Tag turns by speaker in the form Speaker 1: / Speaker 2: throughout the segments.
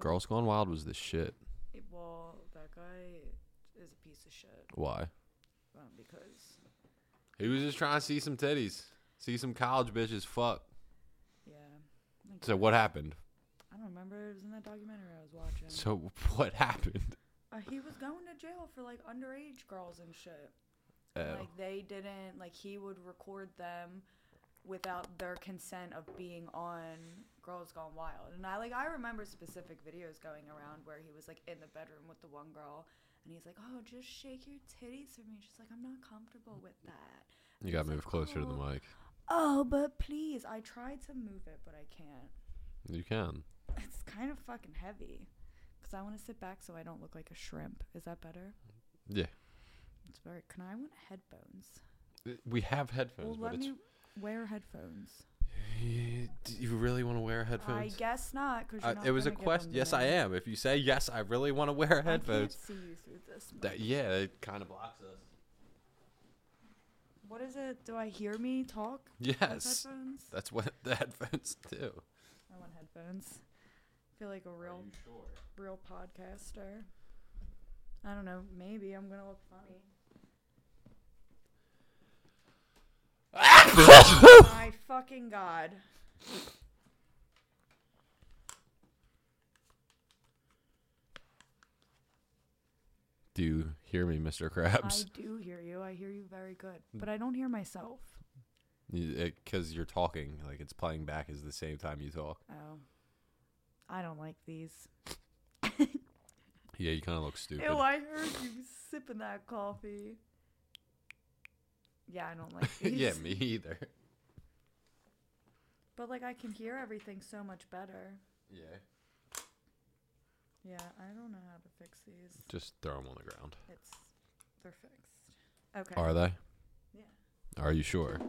Speaker 1: Girls Gone Wild was the shit.
Speaker 2: It- well, that guy is a piece of shit
Speaker 1: Why?
Speaker 2: um, because
Speaker 1: He was just trying to see some titties, see some college bitches fuck.
Speaker 2: yeah, like,
Speaker 1: So what happened?
Speaker 2: I don't remember. It was in that documentary I was watching.
Speaker 1: So what happened?
Speaker 2: uh, he was going to jail for like underage girls and shit.
Speaker 1: Oh.
Speaker 2: Like they didn't like he would record them without their consent of being on Girls Gone Wild. And I like I remember specific videos going around where he was like in the bedroom with the one girl and he's like, "Oh, just shake your titties for me." She's like, "I'm not comfortable with that."
Speaker 1: You gotta
Speaker 2: It's like,
Speaker 1: move closer to the
Speaker 2: "Oh,
Speaker 1: mic.
Speaker 2: Oh, but please. I tried to move it, but I can't.
Speaker 1: You can.
Speaker 2: It's kind of fucking heavy. Cuz I want to sit back so I don't look like a shrimp. Is that better?
Speaker 1: Yeah.
Speaker 2: It's very. Can I want headphones?
Speaker 1: We have headphones,
Speaker 2: Well, let me wear headphones.
Speaker 1: You- Do you really want to wear headphones?
Speaker 2: I guess not, because
Speaker 1: Uh, it was a question. Yes, I am. If you say yes, I really want to wear headphones.
Speaker 2: I can't see you through this.
Speaker 1: That yeah, it kind of blocks us.
Speaker 2: What is it? Do I hear me talk? with
Speaker 1: Yes,
Speaker 2: headphones.
Speaker 1: that's what the headphones do.
Speaker 2: I want headphones. I feel like a real, real podcaster. I don't know. Maybe I'm gonna look funny. My fucking god.
Speaker 1: Do you hear me, Mr. Krabs?
Speaker 2: I do hear you. I hear you very good, but I don't hear myself.
Speaker 1: Because you're talking, like it's playing back is the same time you talk.
Speaker 2: Oh, I don't like these.
Speaker 1: Yeah, you kind of look stupid.
Speaker 2: Ew, I heard you sipping that coffee. Yeah, I don't like these.
Speaker 1: yeah, me either.
Speaker 2: But like I can hear everything so much better.
Speaker 1: Yeah.
Speaker 2: Yeah, I don't know how to fix these.
Speaker 1: Just throw them on the ground.
Speaker 2: It's they're fixed. Okay.
Speaker 1: Are they?
Speaker 2: Yeah.
Speaker 1: Are you sure?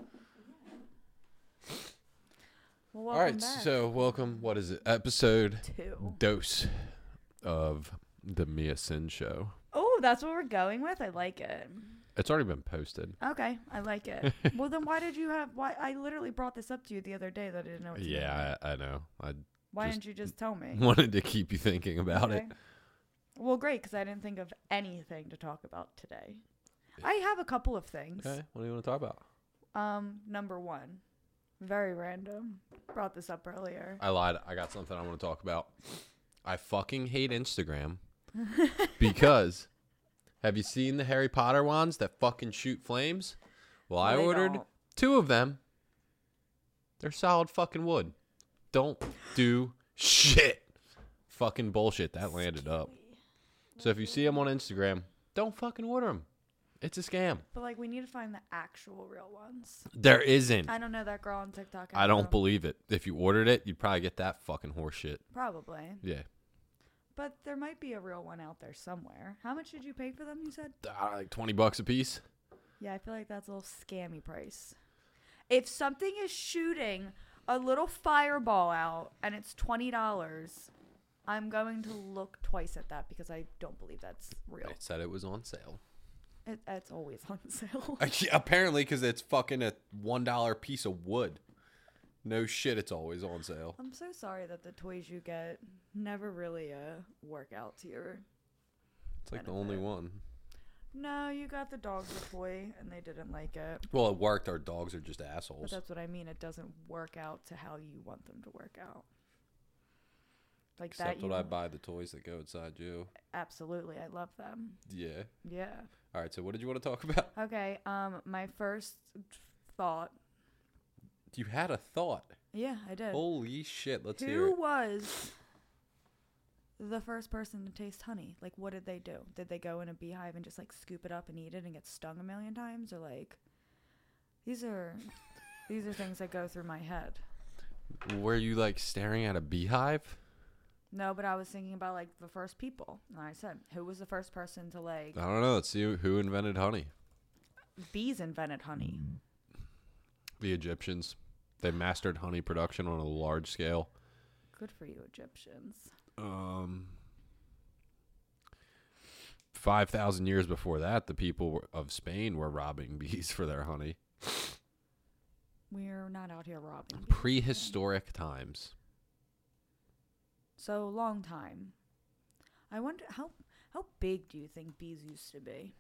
Speaker 2: Well,
Speaker 1: All right.
Speaker 2: welcome back.
Speaker 1: So welcome. What is it? Episode
Speaker 2: two.
Speaker 1: dose of the Mia Sin show.
Speaker 2: Oh, that's what we're going with. I like it.
Speaker 1: It's already been posted.
Speaker 2: Okay, I like it. well, then why did you have? Why I literally brought this up to you the other day that I didn't know. What to name
Speaker 1: Yeah,
Speaker 2: it.
Speaker 1: I, I know. I
Speaker 2: Why
Speaker 1: just-
Speaker 2: didn't you just tell me?
Speaker 1: wanted to keep you thinking about it.
Speaker 2: Okay. Well, great, because I didn't think of anything to talk about today. I have a couple of things.
Speaker 1: Okay. What do you want to talk about?
Speaker 2: Um, number one, very random. Brought this up earlier.
Speaker 1: I lied. I got something I want to talk about. I fucking hate Instagram because have you seen the Harry Potter wands that fucking shoot flames? Well, I
Speaker 2: They
Speaker 1: ordered
Speaker 2: don't.
Speaker 1: two of them. They're solid fucking wood. Don't do shit. Fucking bullshit. That landed up. So if you see them on Instagram, don't fucking order them. It's a scam.
Speaker 2: But like, we need to find the actual real ones.
Speaker 1: There isn't.
Speaker 2: I don't know that girl on TikTok.
Speaker 1: I don't
Speaker 2: know.
Speaker 1: believe it. If you ordered it, you'd probably get that fucking horseshit.
Speaker 2: Probably,
Speaker 1: Yeah.
Speaker 2: but there might be a real one out there somewhere. How much did you pay for them? You said.
Speaker 1: Uh, like 20 bucks a piece.
Speaker 2: Yeah, I feel like that's a little scammy price. If something is shooting a little fireball out and it's twenty dollars, I'm going to look twice at that because I don't believe that's real.
Speaker 1: I said it was on sale.
Speaker 2: It, it's always on sale.
Speaker 1: Apparently, because it's fucking a $1 piece of wood. No shit, it's always on sale.
Speaker 2: I'm so sorry that the toys you get never really uh, work out to your.
Speaker 1: It's like the only one.
Speaker 2: No, you got the dogs a toy and they didn't like it.
Speaker 1: Well, it worked. Our dogs are just
Speaker 2: But
Speaker 1: assholes.
Speaker 2: that's what I mean. It doesn't work out to how you want them to work out. Like
Speaker 1: Except
Speaker 2: that. You,
Speaker 1: when I buy the toys that go inside you.
Speaker 2: absolutely, I love them.
Speaker 1: Yeah.
Speaker 2: Yeah.
Speaker 1: All right, so what did you want to talk about?
Speaker 2: Okay. Um, my first thought.
Speaker 1: You had a thought.
Speaker 2: Yeah, I did.
Speaker 1: Holy shit, let's hear
Speaker 2: Who
Speaker 1: it.
Speaker 2: was the first person to taste honey? Like, what did they do? Did they go in a beehive and just like scoop it up and eat it and get stung a million times, or like these are these are things that go through my head.
Speaker 1: Were you like staring at a beehive?
Speaker 2: No, but I was thinking about like the first people, and I said, who was the first person to like
Speaker 1: I don't know. Let's see who invented honey.
Speaker 2: bees invented honey?
Speaker 1: mm. The Egyptians. They mastered honey production on a large scale.
Speaker 2: Good for you, Egyptians.
Speaker 1: um, 5,000 years before that, the people were- of Spain were robbing bees for their honey.
Speaker 2: We're not out here robbing. bees.
Speaker 1: Prehistoric times.
Speaker 2: So long time. I wonder how how big do you think bees used to be?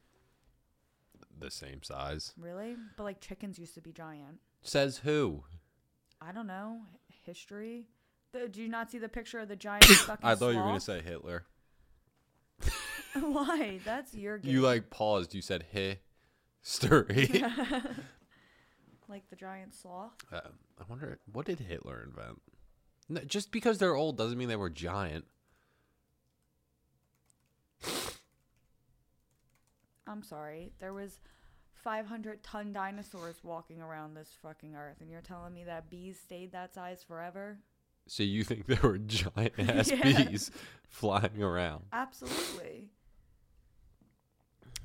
Speaker 1: The same size.
Speaker 2: Really? But like chickens used to be giant.
Speaker 1: Says who?
Speaker 2: I don't know. H- History? The, do you not see the picture of the giant fucking
Speaker 1: I thought you were gonna
Speaker 2: sloth?
Speaker 1: say Hitler.
Speaker 2: Why? That's your game.
Speaker 1: You like paused. You said "hey, story."
Speaker 2: like the giant sloth?
Speaker 1: uh, I wonder what did Hitler invent. No, just because they're old doesn't mean they were giant.
Speaker 2: I'm sorry. There was 500 ton dinosaurs walking around this fucking earth and you're telling me that bees stayed that size forever?
Speaker 1: So you think they were giant ass
Speaker 2: Yeah.
Speaker 1: bees flying around?
Speaker 2: Absolutely.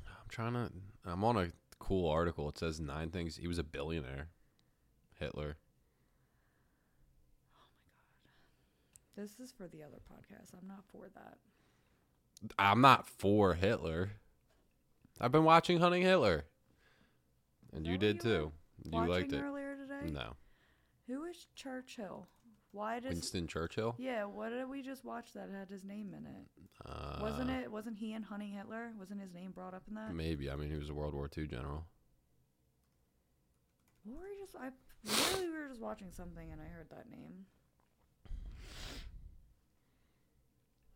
Speaker 1: I'm trying to. I'm on a cool article. It says nine things. He was a billionaire. Hitler.
Speaker 2: This is for the other podcast. I'm not for that.
Speaker 1: I'm not for Hitler. I've been watching Hunting Hitler, and
Speaker 2: that
Speaker 1: you
Speaker 2: what
Speaker 1: did
Speaker 2: you were
Speaker 1: too. You liked
Speaker 2: Watching
Speaker 1: it.
Speaker 2: earlier today?
Speaker 1: No,
Speaker 2: Who is Churchill? Why does
Speaker 1: Winston Churchill.
Speaker 2: Yeah, what did we just watch that had his name in it?
Speaker 1: Uh,
Speaker 2: wasn't it wasn't he in Hunting Hitler? Wasn't his name brought up in that?
Speaker 1: Maybe. I mean, he was a World War II general.
Speaker 2: What were we just I literally we were just watching something and I heard that name.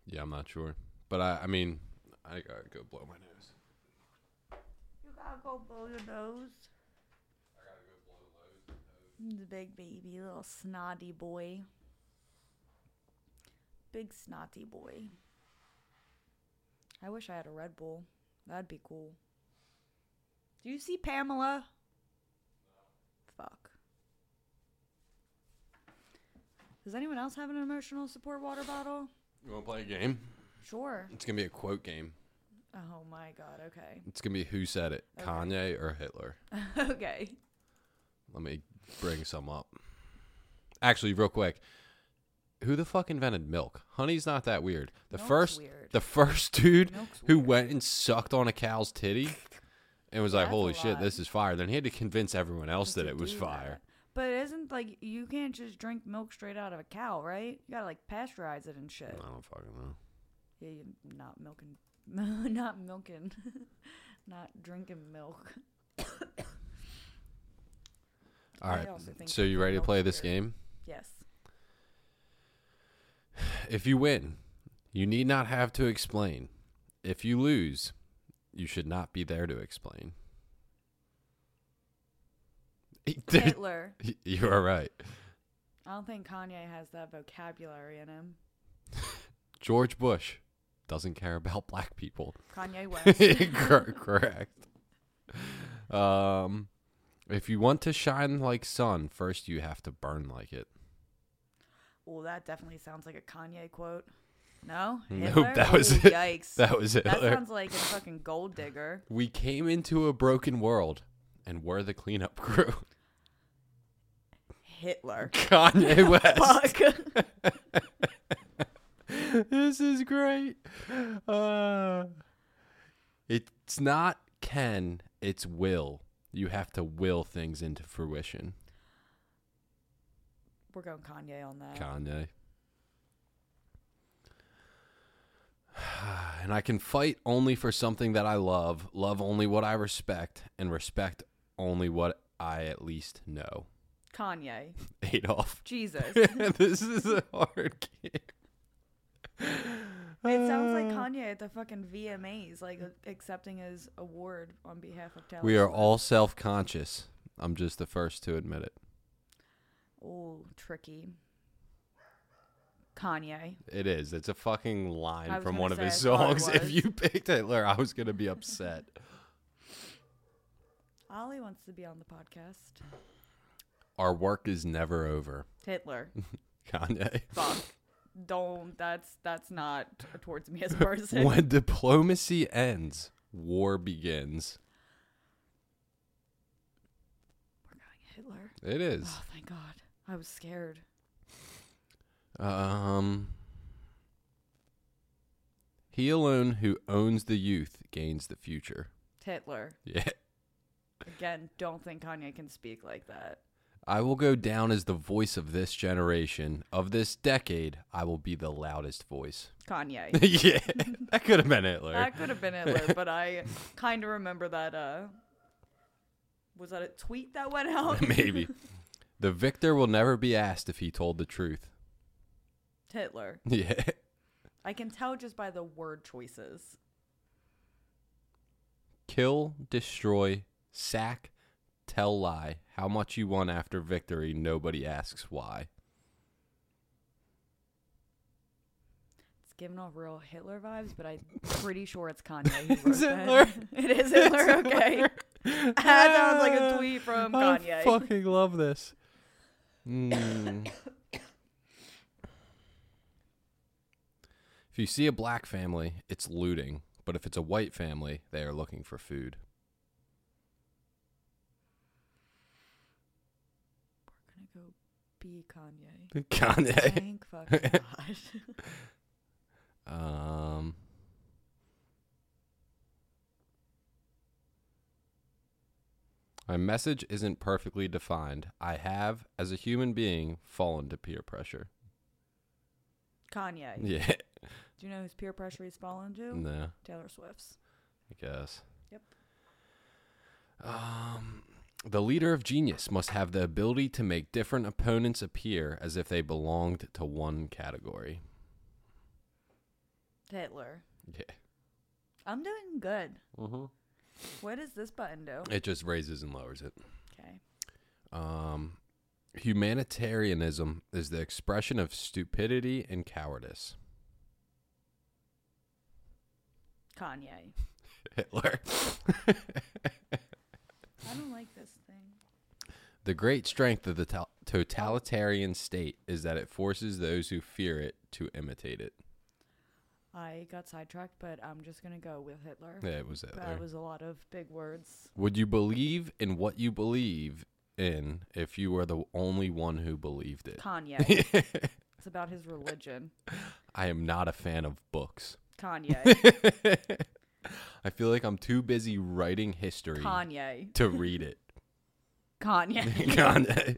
Speaker 1: Yeah, I'm not sure, but I. I mean, I gotta go blow my nose.
Speaker 2: You gotta go blow your nose. The big baby, little snotty boy. Big snotty boy. I wish I had a Red Bull. That'd be cool. Do you see Pamela? Fuck. Does anyone else have an emotional support water bottle?
Speaker 1: You want to play a game?
Speaker 2: Sure.
Speaker 1: It's gonna be a quote game.
Speaker 2: Oh my god, okay.
Speaker 1: It's gonna be who said it,
Speaker 2: Okay.
Speaker 1: Kanye or Hitler.
Speaker 2: okay.
Speaker 1: Let me bring some up. Actually, real quick, who the fuck invented milk? Honey's not that weird. The
Speaker 2: Milk's
Speaker 1: first,
Speaker 2: weird.
Speaker 1: the first dude
Speaker 2: Milk's
Speaker 1: who
Speaker 2: weird.
Speaker 1: went and sucked on a cow's titty and was like,
Speaker 2: That's a
Speaker 1: "Holy shit,
Speaker 2: lot.
Speaker 1: this is fire!" Then he had to convince everyone else
Speaker 2: to
Speaker 1: that it was
Speaker 2: do
Speaker 1: fire.
Speaker 2: that. But isn't like you can't just drink milk straight out of a cow, right? You gotta like pasteurize it and shit.
Speaker 1: I don't fucking know.
Speaker 2: Yeah, you not milking, not milking, not drinking milk.
Speaker 1: All
Speaker 2: I
Speaker 1: right,
Speaker 2: also think
Speaker 1: so you
Speaker 2: drinking
Speaker 1: ready to
Speaker 2: milk's
Speaker 1: play this
Speaker 2: weird.
Speaker 1: game?
Speaker 2: Yes.
Speaker 1: If you win, you need not have to explain. If you lose, you should not be there to explain. Dude,
Speaker 2: Hitler.
Speaker 1: you are right.
Speaker 2: I don't think Kanye has that vocabulary in him.
Speaker 1: George Bush doesn't care about black people.
Speaker 2: Kanye West.
Speaker 1: Cor- Correct. Um, if you want to shine like sun, first you have to burn like it.
Speaker 2: well, that definitely sounds like a Kanye quote. No,
Speaker 1: Nope,
Speaker 2: Hitler?
Speaker 1: that was
Speaker 2: Ooh,
Speaker 1: it.
Speaker 2: Yikes.
Speaker 1: That was
Speaker 2: that
Speaker 1: Hitler.
Speaker 2: sounds like a fucking gold digger.
Speaker 1: we came into a broken world, and we're the cleanup crew.
Speaker 2: Hitler.
Speaker 1: Kanye West.
Speaker 2: Fuck.
Speaker 1: this is great. Uh, it's not can, it's will. You have to will things into fruition.
Speaker 2: We're going Kanye on that.
Speaker 1: Kanye. And I can fight only for something that I love, love only what I respect, and respect only what I at least know.
Speaker 2: Kanye.
Speaker 1: Adolf.
Speaker 2: Jesus.
Speaker 1: this is a hard game.
Speaker 2: It sounds like Kanye at the fucking VMAs, like a- accepting his award on behalf of Taylor.
Speaker 1: We are all self conscious. I'm just the first to admit it.
Speaker 2: Oh, tricky. Kanye.
Speaker 1: It is. It's a fucking
Speaker 2: I
Speaker 1: line
Speaker 2: was
Speaker 1: from
Speaker 2: gonna
Speaker 1: one of
Speaker 2: say,
Speaker 1: his
Speaker 2: I thought it
Speaker 1: songs. If
Speaker 2: was.
Speaker 1: you picked Hitler, I was going to be upset.
Speaker 2: Ollie wants to be on the podcast.
Speaker 1: Our work is never over.
Speaker 2: Hitler.
Speaker 1: Kanye.
Speaker 2: Fuck. Don't. That's that's not towards me as a person.
Speaker 1: When diplomacy ends, war begins.
Speaker 2: We're going Hitler.
Speaker 1: It is.
Speaker 2: Oh, thank God. I was scared.
Speaker 1: Um He alone who owns the youth gains the future.
Speaker 2: Hitler.
Speaker 1: Yeah.
Speaker 2: Again, don't think Kanye can speak like that.
Speaker 1: I will go down as the voice of this generation, of this decade. I will be the loudest voice.
Speaker 2: Kanye.
Speaker 1: yeah, that could have been Hitler.
Speaker 2: that could have been Hitler, but I kind of remember that. Uh, was that a tweet that went out?
Speaker 1: Maybe. The victor will never be asked if he told the truth.
Speaker 2: Hitler.
Speaker 1: Yeah.
Speaker 2: I can tell just by the word choices.
Speaker 1: Kill, destroy, sack, tell lie. How much you won after victory, nobody asks why.
Speaker 2: It's giving off real Hitler vibes, but I'm pretty sure it's Kanye. Who wrote
Speaker 1: It's
Speaker 2: that.
Speaker 1: Hitler.
Speaker 2: it is Hitler. Okay.
Speaker 1: that
Speaker 2: That sounds like
Speaker 1: Ah,
Speaker 2: a tweet from Kanye.
Speaker 1: I fucking love this. Mm. if you see a black family, it's looting. But if it's a white family, they are looking for food.
Speaker 2: We're gonna go be Kanye.
Speaker 1: Kanye.
Speaker 2: Thank fucking God.
Speaker 1: Um. My message isn't perfectly defined. I have, as a human being, fallen to peer pressure.
Speaker 2: Kanye.
Speaker 1: Yeah.
Speaker 2: Do you know whose peer pressure he's fallen to?
Speaker 1: No.
Speaker 2: Taylor Swift's.
Speaker 1: I guess.
Speaker 2: Yep.
Speaker 1: Um, the leader of genius must have the ability to make different opponents appear as if they belonged to one category.
Speaker 2: Hitler.
Speaker 1: Yeah.
Speaker 2: I'm doing good.
Speaker 1: Mm-hmm.
Speaker 2: What does this button do?
Speaker 1: It just raises and lowers it.
Speaker 2: Okay.
Speaker 1: Um, humanitarianism is the expression of stupidity and cowardice.
Speaker 2: Kanye.
Speaker 1: Hitler.
Speaker 2: I don't like this thing.
Speaker 1: the great strength of the to- totalitarian state is that it forces those who fear it to imitate it.
Speaker 2: I got sidetracked, but I'm just gonna go with Hitler.
Speaker 1: Yeah, it was Hitler.
Speaker 2: That was a lot of big words.
Speaker 1: Would you believe in what you believe in if you were the only one who believed it?
Speaker 2: Kanye. it's about his religion.
Speaker 1: I am not a fan of books.
Speaker 2: Kanye.
Speaker 1: I feel like I'm too busy writing history
Speaker 2: Kanye.
Speaker 1: to read it.
Speaker 2: Kanye.
Speaker 1: Kanye.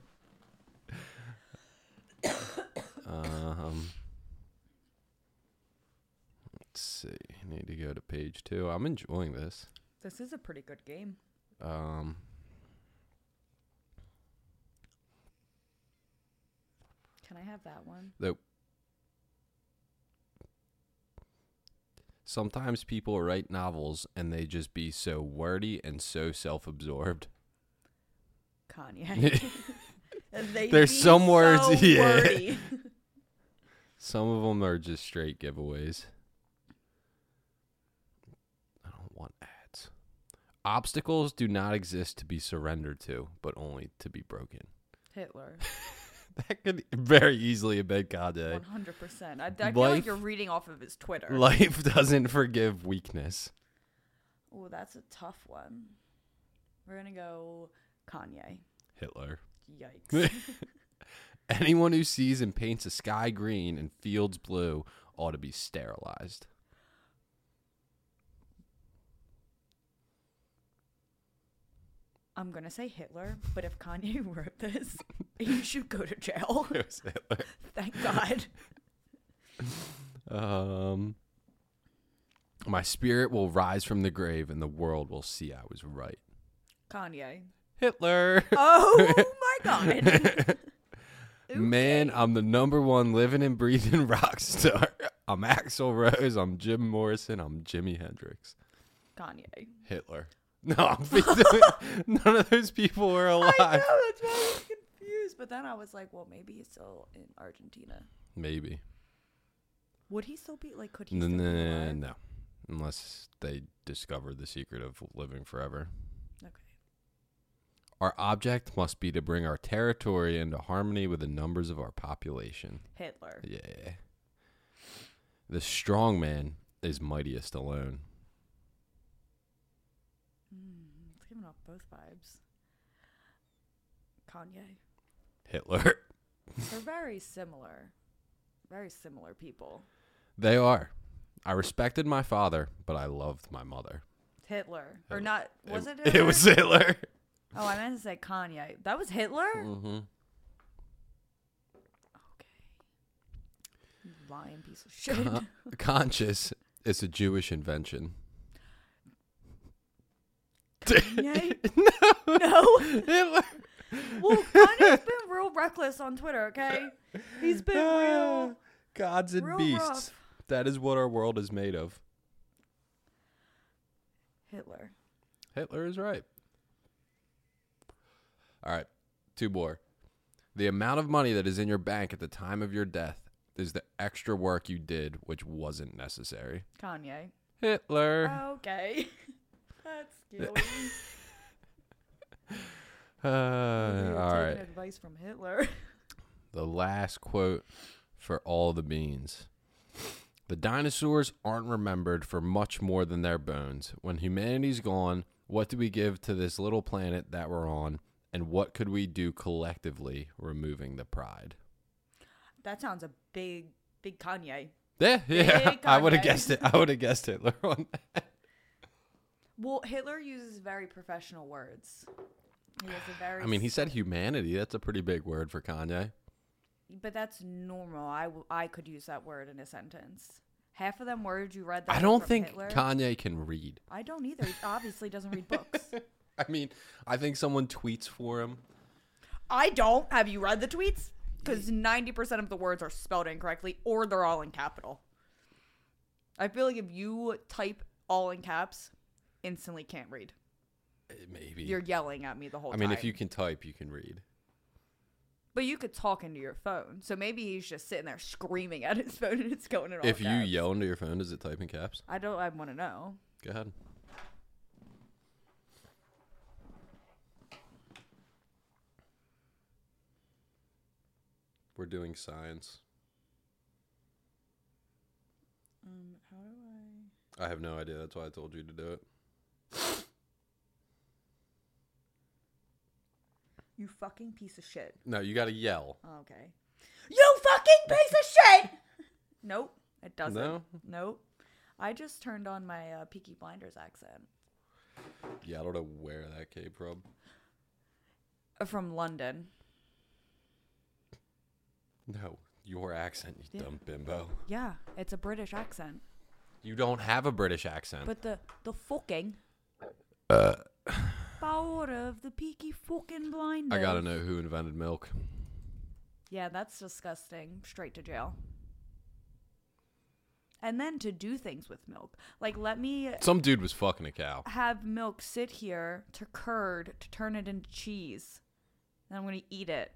Speaker 1: um, let's see. I need to go to page two. I'm enjoying this.
Speaker 2: this is a pretty good game.
Speaker 1: Um,
Speaker 2: Can I have that one?
Speaker 1: sometimes people write novels and they just be so wordy and so self-absorbed.
Speaker 2: Kanye. They
Speaker 1: There's
Speaker 2: be
Speaker 1: some words-
Speaker 2: so
Speaker 1: yeah.
Speaker 2: wordy.
Speaker 1: Some of them are just straight giveaways. I don't want ads. Obstacles do not exist to be surrendered to, but only to be broken.
Speaker 2: Hitler.
Speaker 1: That could very easily have been Kanye.
Speaker 2: One hundred percent. I I feel like
Speaker 1: Life-
Speaker 2: you're reading off of his Twitter.
Speaker 1: Life doesn't forgive weakness.
Speaker 2: Oh, that's a tough one. We're gonna go Kanye.
Speaker 1: Hitler.
Speaker 2: Yikes.
Speaker 1: Anyone who sees and paints a sky green and fields blue ought to be sterilized.
Speaker 2: I'm gonna say Hitler, but if Kanye wrote this, you should go to jail.
Speaker 1: It was Hitler.
Speaker 2: Thank God.
Speaker 1: Um, my spirit will rise from the grave, and the world will see I was right.
Speaker 2: Kanye.
Speaker 1: Hitler.
Speaker 2: Oh my God.
Speaker 1: Man, I'm the number one living and breathing rock star. I'm Axl Rose. I'm Jim Morrison. I'm Jimi Hendrix.
Speaker 2: Kanye.
Speaker 1: Hitler. No, I'm doing- none of those people were
Speaker 2: I
Speaker 1: alive.
Speaker 2: know, that's why I was confused. But then I was like, well, maybe he's still in Argentina.
Speaker 1: Maybe.
Speaker 2: Would he still be like? Could he still be
Speaker 1: No,
Speaker 2: alive?
Speaker 1: no, unless they discover the secret of living forever.
Speaker 2: Okay.
Speaker 1: Our object must be to bring our territory into harmony with the numbers of our population.
Speaker 2: Hitler.
Speaker 1: Yeah. The strong man is mightiest alone.
Speaker 2: Mm, it's giving off both vibes. Kanye.
Speaker 1: Hitler.
Speaker 2: They're very similar. Very similar people.
Speaker 1: They are. I respected my father, but I loved my mother.
Speaker 2: Hitler. Or not was it
Speaker 1: It was Hitler.
Speaker 2: Oh, I meant to say Kanye. That was Hitler?
Speaker 1: Mm-hmm.
Speaker 2: Okay. You lying piece of shit.
Speaker 1: Conscious is a Jewish invention.
Speaker 2: Kanye?
Speaker 1: no.
Speaker 2: No.
Speaker 1: Hitler.
Speaker 2: Well, Kanye's been real reckless on Twitter, okay? He's been real.
Speaker 1: Ah, Gods and
Speaker 2: real
Speaker 1: beasts.
Speaker 2: rough.
Speaker 1: That is what our world is made of.
Speaker 2: Hitler.
Speaker 1: Hitler is right. All right, two more. The amount of money that is in your bank at the time of your death is the extra work you did, which wasn't necessary.
Speaker 2: Kanye.
Speaker 1: Hitler.
Speaker 2: Okay. That's scary.
Speaker 1: Uh,
Speaker 2: Oh. Maybe you're
Speaker 1: all
Speaker 2: taking
Speaker 1: right.
Speaker 2: Advice from Hitler.
Speaker 1: The last quote for all the beans. The dinosaurs aren't remembered for much more than their bones. When humanity's gone, what do we give to this little planet that we're on? And what could we do collectively removing the pride?
Speaker 2: That sounds a big, big Kanye.
Speaker 1: Yeah, yeah.
Speaker 2: Big
Speaker 1: I would have
Speaker 2: Kanye.
Speaker 1: guessed it. I would have guessed Hitler on that.
Speaker 2: Well, Hitler uses very professional words. He has a very.
Speaker 1: I mean, he said humanity. That's a pretty big word for Kanye.
Speaker 2: But that's normal. I, w- I could use that word in a sentence. Half of them words you read. That
Speaker 1: I
Speaker 2: were
Speaker 1: don't
Speaker 2: from
Speaker 1: think
Speaker 2: Hitler.
Speaker 1: Kanye can read.
Speaker 2: I don't either. He obviously doesn't read books.
Speaker 1: I mean, I think someone tweets for him.
Speaker 2: I don't. Have you read the tweets? Because ninety percent of the words are spelled incorrectly, or they're all in capital. I feel like if you type all in caps, instantly can't read.
Speaker 1: Eh, Maybe.
Speaker 2: You're yelling at me the whole
Speaker 1: I
Speaker 2: time.
Speaker 1: mean, if you can type, you can read.
Speaker 2: But you could talk into your phone, so maybe he's just sitting there screaming at his phone and it's going in all
Speaker 1: if you
Speaker 2: caps.
Speaker 1: yell into your phone, does it type in caps?
Speaker 2: I don't. I want to know.
Speaker 1: Go ahead. We're doing science.
Speaker 2: Um, how do I?
Speaker 1: I have no idea. That's why I told you to do it.
Speaker 2: You fucking piece of shit.
Speaker 1: No, you got to yell.
Speaker 2: Oh, Okay. You fucking piece of shit. nope, it doesn't.
Speaker 1: No?
Speaker 2: Nope. I just turned on my uh, Peaky Blinders accent
Speaker 1: Yeah, I don't know where that came from.
Speaker 2: Uh, from London.
Speaker 1: No, your accent, you
Speaker 2: Yeah.
Speaker 1: dumb bimbo.
Speaker 2: Yeah, it's a British accent,
Speaker 1: You don't have a British accent.
Speaker 2: but the the fucking
Speaker 1: uh,
Speaker 2: power of the Peaky fucking Blinders.
Speaker 1: I gotta know who invented milk.
Speaker 2: Yeah, that's disgusting. Straight to jail. And then to do things with milk. Like, let me
Speaker 1: Some dude was fucking a cow.
Speaker 2: have milk sit here to curd to turn it into cheese. Then I'm going to eat it.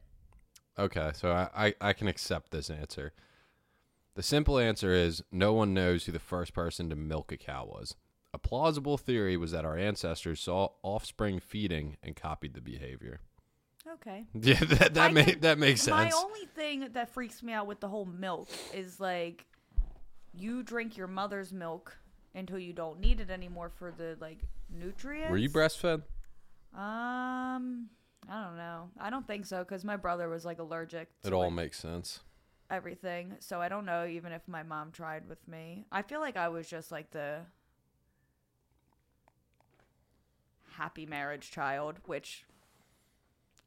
Speaker 1: Okay, so I, I, I can accept this answer. The simple answer is no one knows who the first person to milk a cow was. A plausible theory was that our ancestors saw offspring feeding and copied the behavior.
Speaker 2: Okay.
Speaker 1: Yeah, that
Speaker 2: I
Speaker 1: that, ma-
Speaker 2: think
Speaker 1: that makes sense.
Speaker 2: My only thing that freaks me out with the whole milk is like you drink your mother's milk until you don't need it anymore for the like nutrients.
Speaker 1: Were you breastfed?
Speaker 2: Um, I don't know. I don't think so because my brother was like allergic to
Speaker 1: It all
Speaker 2: like,
Speaker 1: makes sense.
Speaker 2: everything. So I don't know even if my mom tried with me. I feel like I was just like the happy marriage child, which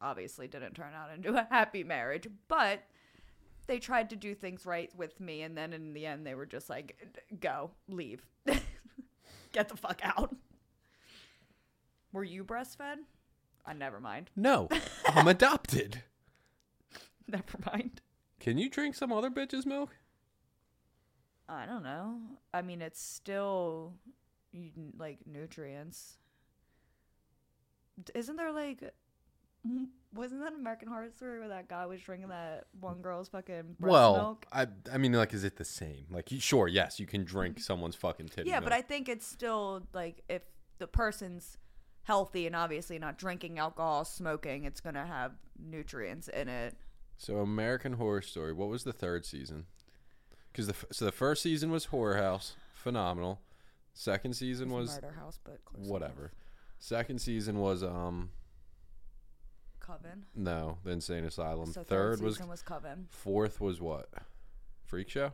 Speaker 2: obviously didn't turn out into a happy marriage, but they tried to do things right with me and then in the end they were just like go, leave. Get the fuck out. Were you breastfed? I never mind.
Speaker 1: No, I'm adopted.
Speaker 2: Never mind.
Speaker 1: Can you drink some other bitch's milk?
Speaker 2: I don't know. I mean, it's still you n- like nutrients. D- Isn't there like, m- wasn't that American Horror Story where that guy was drinking that one girl's fucking breast milk?
Speaker 1: I I mean, like, is it the same? Like, you- sure, yes, you can drink someone's fucking titty.
Speaker 2: Mm-hmm. Yeah,
Speaker 1: milk.
Speaker 2: but I think it's still like if the person's healthy and obviously not drinking alcohol, smoking, it's gonna have nutrients in it.
Speaker 1: So American Horror Story. What was the third season? Because the f- so the first season was Horror House, phenomenal. Second season
Speaker 2: It's a
Speaker 1: was
Speaker 2: Murder House, but close enough.
Speaker 1: whatever. Second season was um
Speaker 2: Coven.
Speaker 1: no the Insane Asylum.
Speaker 2: So
Speaker 1: third, was
Speaker 2: season was Coven.
Speaker 1: fourth was what? Freak Show,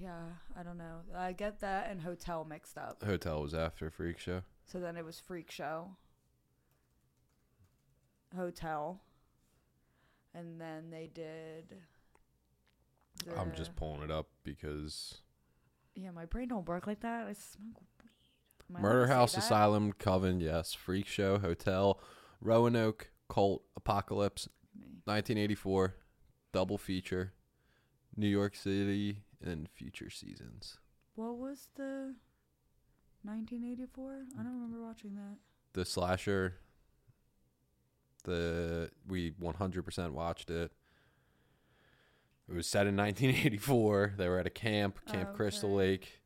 Speaker 2: Yeah, I don't know. I get that and Hotel mixed up.
Speaker 1: Hotel was after Freak Show.
Speaker 2: So then it was Freak Show. hotel, and then they did.
Speaker 1: I'm
Speaker 2: the-
Speaker 1: just pulling it up because
Speaker 2: yeah. My brain don't work like that. I smoke weed. Am I allowed
Speaker 1: Murder
Speaker 2: to say
Speaker 1: House
Speaker 2: that?
Speaker 1: Asylum, Coven, yes, Freak Show, Hotel, Roanoke, Cult, Apocalypse,
Speaker 2: Me.
Speaker 1: 1984, double feature, New York City, and future seasons.
Speaker 2: What was the 1984? I don't remember watching that.
Speaker 1: The slasher. The we 100% watched it. It was set in 1984. They were at a camp, Camp Crystal
Speaker 2: Okay.
Speaker 1: Lake.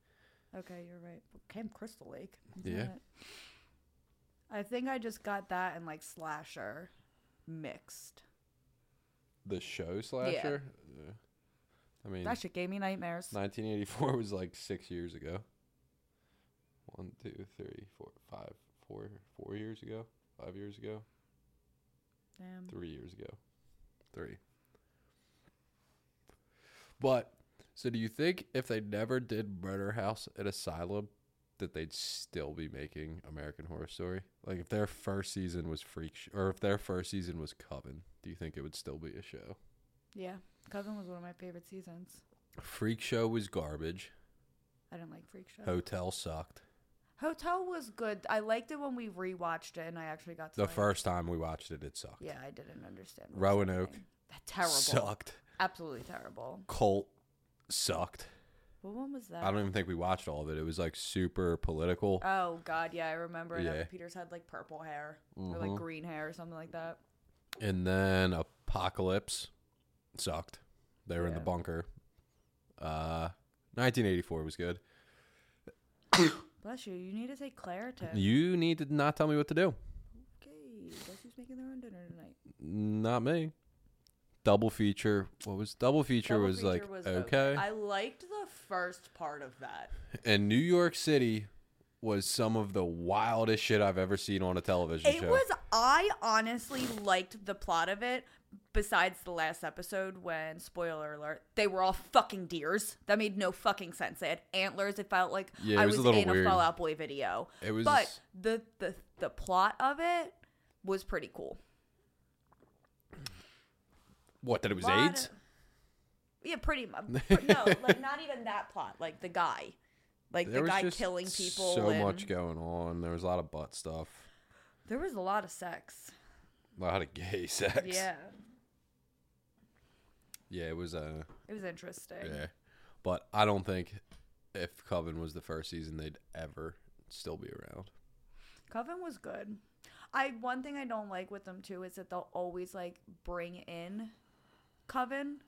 Speaker 2: Okay, you're right. Well, Camp Crystal Lake. Isn't
Speaker 1: Yeah.
Speaker 2: it? I think I just got that and like slasher mixed.
Speaker 1: The show slasher. Yeah. I mean,
Speaker 2: That shit gave me nightmares.
Speaker 1: 1984 was like six years ago. One, two, three, four, five, four, four years ago, five years ago,
Speaker 2: Damn.
Speaker 1: three years ago, three. But so, do you think if they never did Murder House at Asylum, that they'd still be making American Horror Story? Like, if their first season was Freak, sh- or if their first season was Coven, do you think it would still be a show?
Speaker 2: Yeah, Coven was one of my favorite seasons.
Speaker 1: Freak Show was garbage.
Speaker 2: I didn't like Freak Show.
Speaker 1: Hotel sucked.
Speaker 2: Hotel was good. I liked it when we rewatched it, and I actually got to
Speaker 1: The
Speaker 2: like-
Speaker 1: first time we watched it, it sucked.
Speaker 2: Yeah, I didn't understand. what was
Speaker 1: Roanoke
Speaker 2: happening. That terrible.
Speaker 1: sucked.
Speaker 2: Absolutely terrible.
Speaker 1: Colt sucked.
Speaker 2: What one was that?
Speaker 1: I don't even think we watched all of it. It was like super political.
Speaker 2: Oh God, yeah, I remember. And
Speaker 1: Yeah. Mm-hmm.
Speaker 2: Peters had like purple hair or like green hair or something like that.
Speaker 1: And then Apocalypse sucked. They were in the
Speaker 2: Yeah.
Speaker 1: bunker. Uh, 1984 was good.
Speaker 2: Bless you. You need to take Claritin.
Speaker 1: You need to not tell me what to do.
Speaker 2: okay, guess who's making their own dinner tonight?
Speaker 1: Not me. Double feature. What was double feature
Speaker 2: Double
Speaker 1: was
Speaker 2: Feature
Speaker 1: like
Speaker 2: was
Speaker 1: okay.
Speaker 2: I liked the first part of that.
Speaker 1: and New York City was some of the wildest shit I've ever seen on a television
Speaker 2: It
Speaker 1: show.
Speaker 2: was. I honestly liked the plot of it. Besides the last episode, when spoiler alert, they were all fucking deers. That made no fucking sense. They had antlers. It felt like
Speaker 1: Yeah, it
Speaker 2: I
Speaker 1: was
Speaker 2: was,
Speaker 1: a little
Speaker 2: in
Speaker 1: weird.
Speaker 2: a Fallout Boy video.
Speaker 1: It was-
Speaker 2: but the the the plot of it was pretty cool.
Speaker 1: what? That it was
Speaker 2: Lot
Speaker 1: AIDS.
Speaker 2: of- yeah, pretty much. No, like not even that plot. Like the guy, like the guy killing people.
Speaker 1: So
Speaker 2: and-
Speaker 1: much going on. There was a lot of butt stuff,
Speaker 2: There was a lot of sex.
Speaker 1: a lot of gay sex.
Speaker 2: Yeah,
Speaker 1: Yeah, it was uh,
Speaker 2: it was interesting.
Speaker 1: yeah, but I don't think if Coven was the first season, they'd ever still be around.
Speaker 2: Coven was good. I one thing I don't like with them too is that they'll always like bring in Coven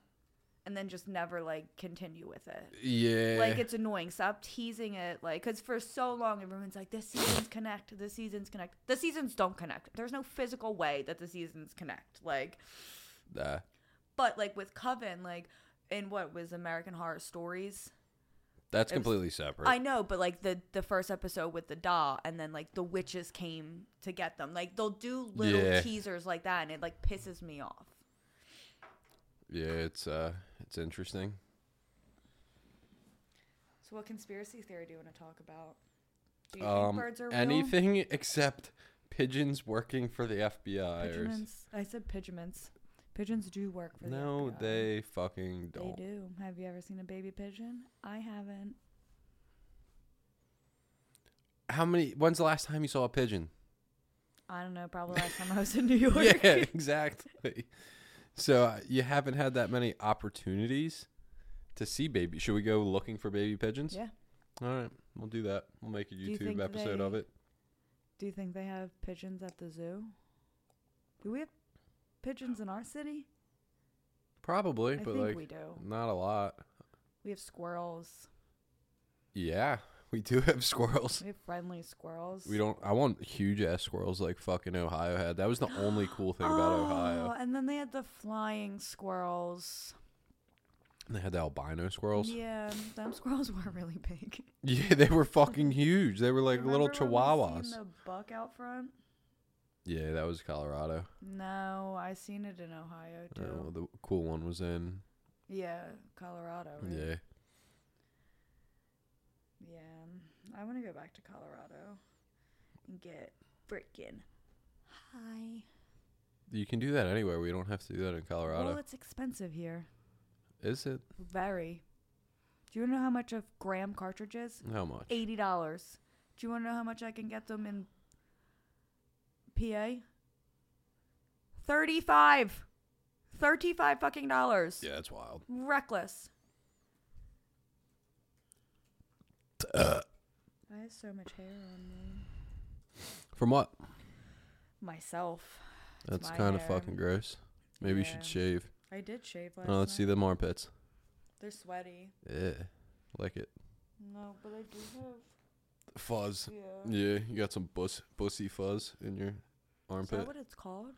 Speaker 2: and then just never like continue with it.
Speaker 1: Yeah,
Speaker 2: Like it's annoying. Stop teasing it like cuz for so long everyone's like the seasons connect, the seasons connect. The seasons don't connect. There's no physical way that the seasons connect. Like
Speaker 1: Nah.
Speaker 2: but like with Coven like in what was American Horror Stories
Speaker 1: that's
Speaker 2: it was-
Speaker 1: completely separate.
Speaker 2: I know, but like the the first episode with the doll, and then like the witches came to get them. Like they'll do little
Speaker 1: Yeah.
Speaker 2: teasers like that, and it like pisses me off.
Speaker 1: yeah, it's uh, it's interesting.
Speaker 2: So, what conspiracy theory do you want to talk about? Do you
Speaker 1: Um,
Speaker 2: think birds are real?
Speaker 1: anything except pigeons working for the FBI. or s-
Speaker 2: Pigeons. I said pigeons. Pigeons do work for the
Speaker 1: no,
Speaker 2: FBI.
Speaker 1: they fucking
Speaker 2: They
Speaker 1: don't.
Speaker 2: do. Have you ever seen a baby pigeon? I haven't.
Speaker 1: How many? When's the last time you saw a pigeon?
Speaker 2: I don't know. Probably last time I was in New York.
Speaker 1: yeah, exactly. So uh, you haven't had that many opportunities to see baby. Should we go looking for baby pigeons?
Speaker 2: Yeah.
Speaker 1: All right, we'll do that. We'll make a
Speaker 2: you
Speaker 1: YouTube
Speaker 2: think
Speaker 1: episode of
Speaker 2: they-
Speaker 1: it.
Speaker 2: Do you think they have pigeons at the zoo? Do we have pigeons in our city?
Speaker 1: Probably,
Speaker 2: I
Speaker 1: but
Speaker 2: think
Speaker 1: like
Speaker 2: we do.
Speaker 1: not a lot.
Speaker 2: We have squirrels.
Speaker 1: Yeah, we do have squirrels.
Speaker 2: We have friendly squirrels.
Speaker 1: We don't. I want huge ass squirrels like fucking Ohio had. That was the only cool thing about Ohio.
Speaker 2: Oh, and then they had the flying squirrels.
Speaker 1: They had the albino squirrels. Yeah,
Speaker 2: Oh. Yeah, them squirrels were really big.
Speaker 1: they were fucking huge. They were like little
Speaker 2: Remember when we
Speaker 1: chihuahuas.
Speaker 2: seen the buck out front.
Speaker 1: Yeah, that was Colorado.
Speaker 2: No, I seen it in Ohio
Speaker 1: Uh,
Speaker 2: too.
Speaker 1: well, the cool one was in.
Speaker 2: yeah, Colorado. Right?
Speaker 1: Yeah.
Speaker 2: Yeah, I want to go back to Colorado and get freaking high.
Speaker 1: You can do that anywhere. We don't have to do that in Colorado.
Speaker 2: Well, it's expensive here.
Speaker 1: Is it?
Speaker 2: Very. Do you know how much a gram cartridge is?
Speaker 1: How much?
Speaker 2: Eighty dollars. Do you want to know how much I can get them in PA? Thirty-five. Thirty-five fucking dollars.
Speaker 1: Yeah, it's wild.
Speaker 2: Reckless. I have so much hair on me.
Speaker 1: From what?
Speaker 2: Myself.
Speaker 1: That's
Speaker 2: my
Speaker 1: kind of
Speaker 2: hair.
Speaker 1: fucking gross. Maybe you
Speaker 2: Yeah.
Speaker 1: should shave.
Speaker 2: I did shave last
Speaker 1: Oh, let's see
Speaker 2: night.
Speaker 1: them armpits.
Speaker 2: They're sweaty.
Speaker 1: Yeah, like it.
Speaker 2: No, but I do have.
Speaker 1: Fuzz.
Speaker 2: Yeah.
Speaker 1: Yeah, you got some bus bussy fuzz in your
Speaker 2: Is that
Speaker 1: armpit.
Speaker 2: what it's called?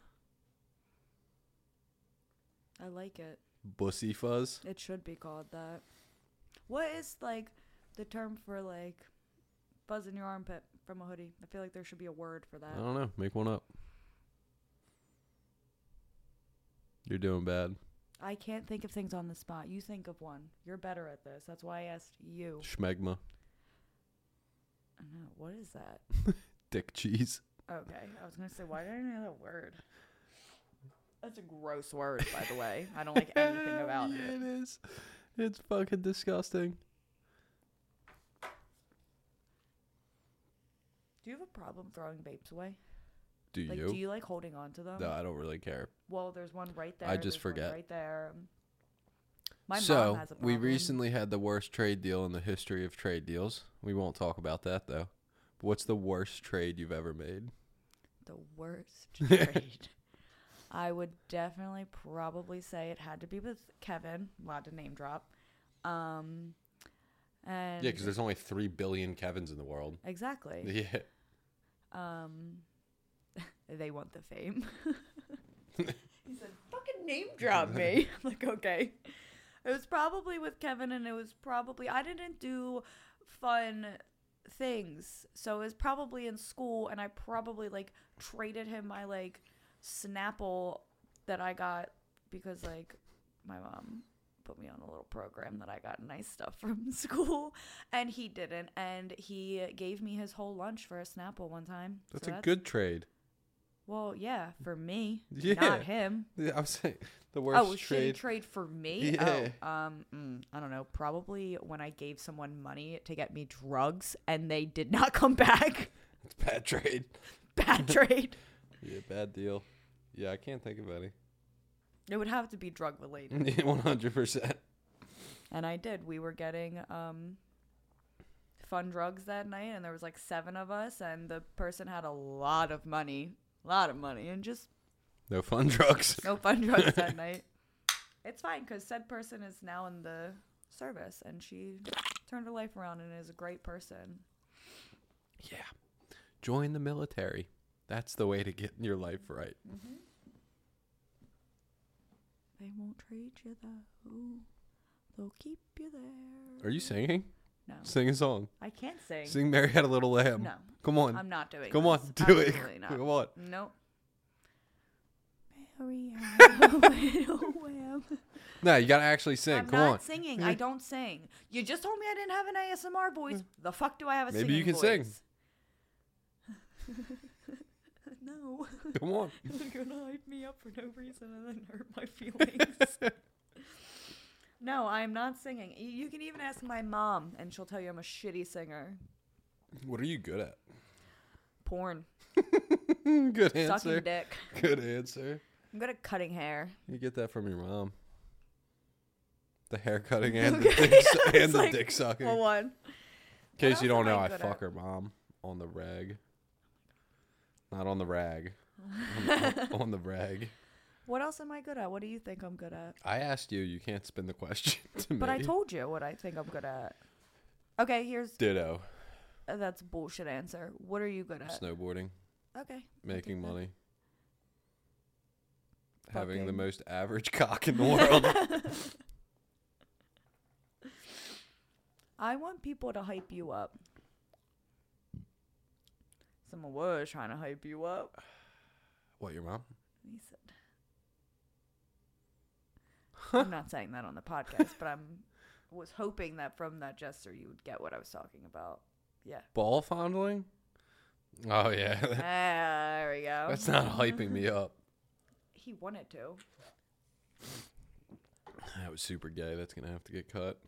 Speaker 2: I like it.
Speaker 1: Bussy fuzz.
Speaker 2: It should be called that. What is like the term for like buzz in your armpit from a hoodie? I feel like there should be a word for that.
Speaker 1: I don't know. Make one up. You're doing bad.
Speaker 2: I can't think of things on the spot. You think of one. You're better at this. That's why I asked you.
Speaker 1: Schmegma.
Speaker 2: I know. What is that?
Speaker 1: Dick cheese.
Speaker 2: Okay. I was going to say, why didn't I know that word? That's a gross word, by the way. I don't like anything about
Speaker 1: Yeah,
Speaker 2: it.
Speaker 1: It is. It's fucking disgusting.
Speaker 2: Do you have a problem throwing vapes away?
Speaker 1: Do
Speaker 2: Like,
Speaker 1: you?
Speaker 2: do you like holding on to them?
Speaker 1: no, I don't really care.
Speaker 2: Well, there's one right there.
Speaker 1: I just
Speaker 2: there's one
Speaker 1: forget.
Speaker 2: Right there. My
Speaker 1: so
Speaker 2: mom has a
Speaker 1: we
Speaker 2: problem.
Speaker 1: recently had the worst trade deal in the history of trade deals. We won't talk about that though. What's the worst trade you've ever made?
Speaker 2: the worst trade. I would definitely probably say it had to be with Kevin. Allowed to name drop. Um, and
Speaker 1: Yeah, because there's only three billion Kevins in the world.
Speaker 2: exactly.
Speaker 1: Yeah,
Speaker 2: Um, they want the fame. he said, "Fucking name drop me." I'm like, okay. It was probably with Kevin, and it was probably I didn't do fun things, so it was probably in school, and I probably like traded him my like Snapple that I got because like my mom put me on a little program that I got nice stuff from school and he didn't and he gave me his whole lunch for a Snapple one time.
Speaker 1: that's
Speaker 2: So
Speaker 1: a good trade.
Speaker 2: well, yeah, for me,
Speaker 1: Yeah.
Speaker 2: not him.
Speaker 1: Yeah, I was saying the worst
Speaker 2: oh, shitty
Speaker 1: trade.
Speaker 2: trade for me.
Speaker 1: Yeah.
Speaker 2: Oh, um, mm, I don't know. Probably when I gave someone money to get me drugs and they did not come back.
Speaker 1: It's bad trade.
Speaker 2: Bad trade.
Speaker 1: Yeah, bad deal. Yeah, I can't think of any.
Speaker 2: It would have to be drug related,
Speaker 1: One hundred percent.
Speaker 2: and I did. We were getting um, fun drugs that night, and there was like seven of us, and the person had a lot of money, a lot of money, and just
Speaker 1: No fun drugs.
Speaker 2: no fun drugs that night. It's fine because said person is now in the service and she turned her life around and is a great person.
Speaker 1: Yeah, join the military. That's the way to get your life right.
Speaker 2: They won't trade you though. They'll keep you there.
Speaker 1: Are you singing?
Speaker 2: No,
Speaker 1: Sing a song.
Speaker 2: I can't sing.
Speaker 1: Sing Mary Had a Little Lamb.
Speaker 2: No,
Speaker 1: Come on.
Speaker 2: I'm not doing.
Speaker 1: Come on,
Speaker 2: this.
Speaker 1: do it.
Speaker 2: Absolutely Not.
Speaker 1: Come on.
Speaker 2: Nope. Mary, had a little lamb.
Speaker 1: No, you gotta actually sing.
Speaker 2: I'm
Speaker 1: Come
Speaker 2: not
Speaker 1: on.
Speaker 2: singing. I don't sing. You just told me I didn't have an ASMR voice. The fuck do I have a
Speaker 1: Hmm. Maybe you
Speaker 2: singing
Speaker 1: can sing.
Speaker 2: voice? no.
Speaker 1: Come on.
Speaker 2: You're gonna hype me up for no reason and then hurt my feelings. no, I'm not singing. Y- You can even ask my mom, and she'll tell you I'm a shitty singer.
Speaker 1: What are you good at?
Speaker 2: Porn,
Speaker 1: Good
Speaker 2: sucking
Speaker 1: answer.
Speaker 2: dick.
Speaker 1: Good answer.
Speaker 2: I'm good at cutting hair.
Speaker 1: You get that from your mom. The hair cutting and the dick, su-
Speaker 2: I
Speaker 1: and
Speaker 2: was
Speaker 1: the
Speaker 2: like,
Speaker 1: dick sucking.
Speaker 2: Well,
Speaker 1: In
Speaker 2: one.
Speaker 1: case you
Speaker 2: else
Speaker 1: don't
Speaker 2: am I
Speaker 1: know, I
Speaker 2: good
Speaker 1: fuck
Speaker 2: at?
Speaker 1: her mom on the rag. Not on the rag. On, on- on the rag.
Speaker 2: What else am I good at? What do you think I'm good at?
Speaker 1: I asked you. You can't spin the question to me.
Speaker 2: But I told you what I think I'm good at. Okay, here's
Speaker 1: Ditto.
Speaker 2: uh, that's a bullshit answer. What are you good at?
Speaker 1: Snowboarding.
Speaker 2: Okay.
Speaker 1: Making
Speaker 2: that.
Speaker 1: money. Having the
Speaker 2: Fucking-
Speaker 1: most average cock in the world.
Speaker 2: I want people to hype you up. Someone was trying to hype you up.
Speaker 1: what, your mom?
Speaker 2: He said. I'm not saying that on the podcast, but I'm was hoping that from that gesture you would get what I was talking about. Yeah.
Speaker 1: Ball fondling? Oh, yeah.
Speaker 2: Ah, there we go.
Speaker 1: That's not hyping me up.
Speaker 2: he wanted to.
Speaker 1: That was super gay. That's gonna have to get cut.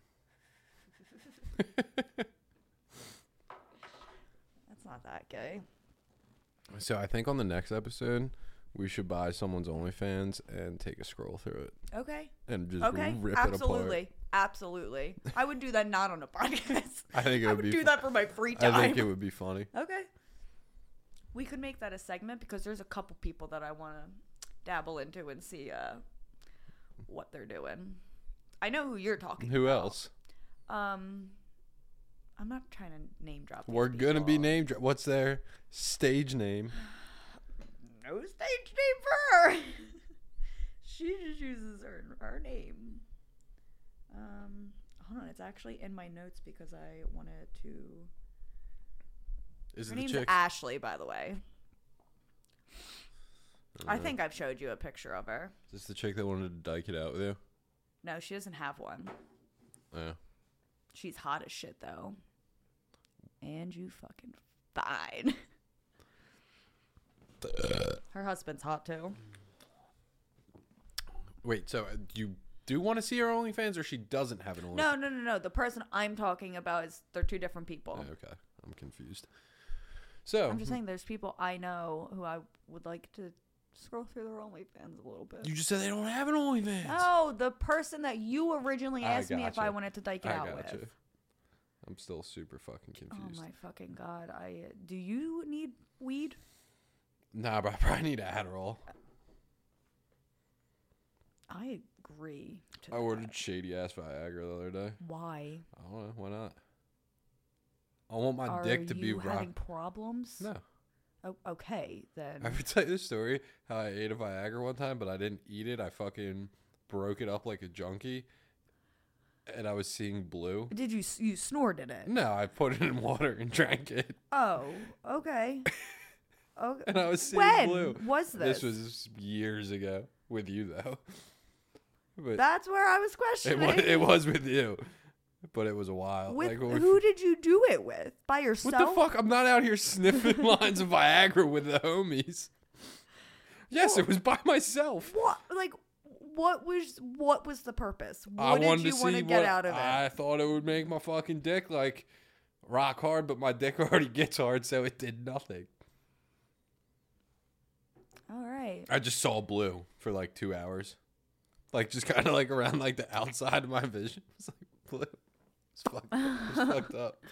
Speaker 2: That's not that gay.
Speaker 1: So I think on the next episode, we should buy someone's OnlyFans and take a scroll through it
Speaker 2: Okay.
Speaker 1: and just
Speaker 2: Okay.
Speaker 1: rip it apart.
Speaker 2: Absolutely. Absolutely. I would do that not on a podcast.
Speaker 1: I think it
Speaker 2: I
Speaker 1: would
Speaker 2: would
Speaker 1: be.
Speaker 2: do
Speaker 1: fu-
Speaker 2: that for my free time.
Speaker 1: I think it would be funny.
Speaker 2: Okay. We could make that a segment because there's a couple people that I want to dabble into and see uh, what they're doing. I know who you're talking.
Speaker 1: Who else?
Speaker 2: Um, I'm not trying to name drop. these
Speaker 1: We're gonna be
Speaker 2: people.
Speaker 1: named. dro- What's their stage name?
Speaker 2: No stage name for her. she just uses her her name. Um, hold on, it's actually in my notes because I wanted to.
Speaker 1: Is
Speaker 2: Her
Speaker 1: it the
Speaker 2: name's
Speaker 1: chick?
Speaker 2: Ashley, by the way. I
Speaker 1: Uh,
Speaker 2: think I've showed you a picture of her.
Speaker 1: Is this the chick that wanted to dyke it out with you?
Speaker 2: No, she doesn't have one.
Speaker 1: Yeah.
Speaker 2: She's hot as shit though. And you fucking fine. Her husband's hot too.
Speaker 1: Wait. So uh, you do want to see her OnlyFans, or she doesn't have an OnlyFans?
Speaker 2: No, no, no, no. The person I'm talking about is they're two different people.
Speaker 1: Okay, I'm confused. So
Speaker 2: I'm just saying there's people I know who I would like to scroll through their OnlyFans a little bit.
Speaker 1: you just said they don't have an OnlyFans.
Speaker 2: no, the person that you originally
Speaker 1: I
Speaker 2: asked me if
Speaker 1: gotcha.
Speaker 2: I wanted to dyke it
Speaker 1: I
Speaker 2: out
Speaker 1: gotcha.
Speaker 2: with.
Speaker 1: I'm still super fucking
Speaker 2: Oh
Speaker 1: confused.
Speaker 2: my fucking god! I do you need weed?
Speaker 1: nah, but I probably need Adderall.
Speaker 2: I agree. To
Speaker 1: I
Speaker 2: that.
Speaker 1: ordered shady ass Viagra the other day.
Speaker 2: Why?
Speaker 1: I don't know why not. I want my
Speaker 2: Are
Speaker 1: dick to be
Speaker 2: you
Speaker 1: rock.
Speaker 2: having problems?
Speaker 1: No,
Speaker 2: Oh, okay, then.
Speaker 1: I would tell you the story how I ate a Viagra one time, but I didn't eat it. I fucking broke it up like a junkie, and I was seeing blue.
Speaker 2: Did you s- you snorted it?
Speaker 1: No, I put it in water and drank it,
Speaker 2: Oh, okay. okay.
Speaker 1: and I was seeing
Speaker 2: when
Speaker 1: blue.
Speaker 2: was this?
Speaker 1: This was years ago with you though. But
Speaker 2: That's where I was
Speaker 1: it
Speaker 2: questioning.
Speaker 1: was, it was with you. But it was a while.
Speaker 2: with
Speaker 1: like, when we-
Speaker 2: who did you do it with? By yourself?
Speaker 1: what the fuck? I'm not out here sniffing lines of Viagra with the homies. Yes, it was by myself.
Speaker 2: What like what was what was the purpose? What
Speaker 1: I
Speaker 2: did
Speaker 1: wanted
Speaker 2: you
Speaker 1: to
Speaker 2: want
Speaker 1: see
Speaker 2: to get
Speaker 1: what
Speaker 2: out of it?
Speaker 1: I thought it would make my fucking dick like rock hard, but my dick already gets hard, so it did nothing.
Speaker 2: All right.
Speaker 1: I just saw blue for like two hours, like just kind of like around like the outside of my vision. It's like blue. It's fucked. Up. It's fucked up.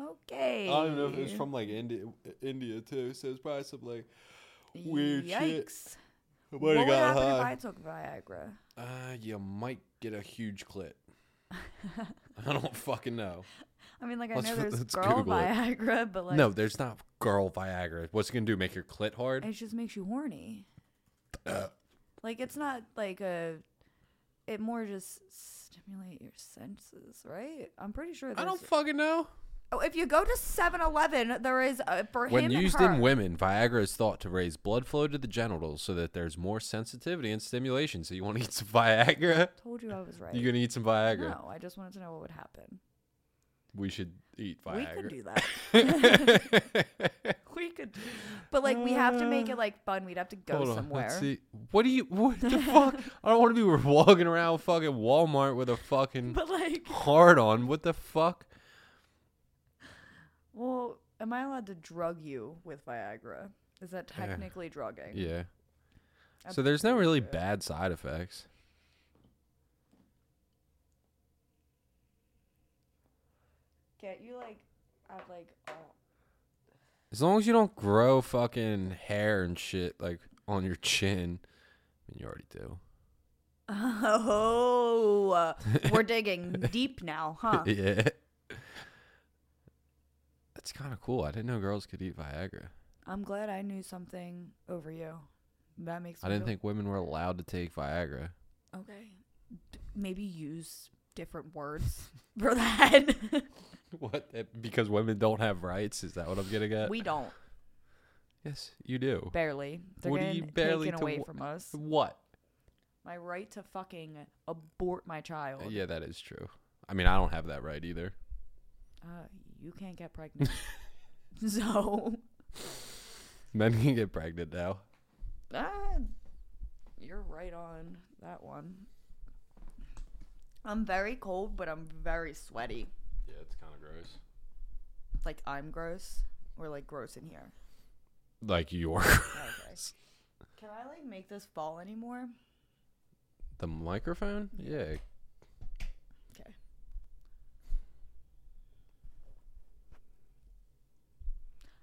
Speaker 2: Okay.
Speaker 1: I don't know if it was from like India, India too. So it's probably some like weird
Speaker 2: Yikes.
Speaker 1: shit.
Speaker 2: What would happen if I took Viagra?
Speaker 1: Uh, you might get a huge clit. I don't fucking know.
Speaker 2: I mean, like I
Speaker 1: Let's-
Speaker 2: know there's
Speaker 1: let's
Speaker 2: girl
Speaker 1: Google it.
Speaker 2: Viagra, but like
Speaker 1: no, there's not girl Viagra. What's it gonna do? Make your clit hard?
Speaker 2: it just makes you horny.
Speaker 1: Uh.
Speaker 2: like it's not like a. It more just stimulate your senses, right? I'm pretty sure.
Speaker 1: I
Speaker 2: There's,
Speaker 1: don't fucking know.
Speaker 2: oh, if you go to 7-Eleven, there is uh for
Speaker 1: When
Speaker 2: him
Speaker 1: used
Speaker 2: and her.
Speaker 1: in women, Viagra is thought to raise blood flow to the genitals so that there's more sensitivity and stimulation. So you want to eat some Viagra?
Speaker 2: Told you I was right.
Speaker 1: You gonna eat some Viagra?
Speaker 2: no, I just wanted to know what would happen.
Speaker 1: We should eat
Speaker 2: We
Speaker 1: Viagra.
Speaker 2: could do that. we could, but like we have to make it like fun. We'd have to go
Speaker 1: Hold on,
Speaker 2: somewhere.
Speaker 1: let's see. What do you? What the fuck? I don't want to be walking around fucking Walmart with a fucking
Speaker 2: But like,
Speaker 1: hard on. What the fuck?
Speaker 2: well, am I allowed to drug you with Viagra? Is that technically drugging?
Speaker 1: Yeah.
Speaker 2: I'm
Speaker 1: So there's no
Speaker 2: pretty
Speaker 1: really
Speaker 2: sure.
Speaker 1: bad side effects.
Speaker 2: Can't you like have like oh
Speaker 1: As long as you don't grow fucking hair and shit like on your chin. I mean, you already do.
Speaker 2: Oh, uh, we're digging deep now, huh?
Speaker 1: yeah. That's kind of cool. I didn't know girls could eat Viagra.
Speaker 2: I'm glad I knew something over you. That makes
Speaker 1: I
Speaker 2: me
Speaker 1: didn't
Speaker 2: feel-
Speaker 1: think women were allowed to take Viagra.
Speaker 2: Okay. D- Maybe use different words for that.
Speaker 1: What? Eh, Because women don't have rights? Is that what I'm getting at?
Speaker 2: we don't
Speaker 1: yes, you do.
Speaker 2: barely. They're
Speaker 1: What do you
Speaker 2: getting
Speaker 1: barely
Speaker 2: taken
Speaker 1: to
Speaker 2: away
Speaker 1: wh-
Speaker 2: from us.
Speaker 1: What?
Speaker 2: My right to fucking abort my child.
Speaker 1: Yeah, that is true. I mean, I don't have that right either.
Speaker 2: Uh, you can't get pregnant. so
Speaker 1: Men can get pregnant now.
Speaker 2: uh, You're right on that one. I'm very cold, but I'm very sweaty.
Speaker 1: Yeah, it's kind of gross.
Speaker 2: Like I'm gross, or like gross in here.
Speaker 1: Like your
Speaker 2: Okay. Can I like make this fall anymore?
Speaker 1: the microphone? Yeah.
Speaker 2: Okay.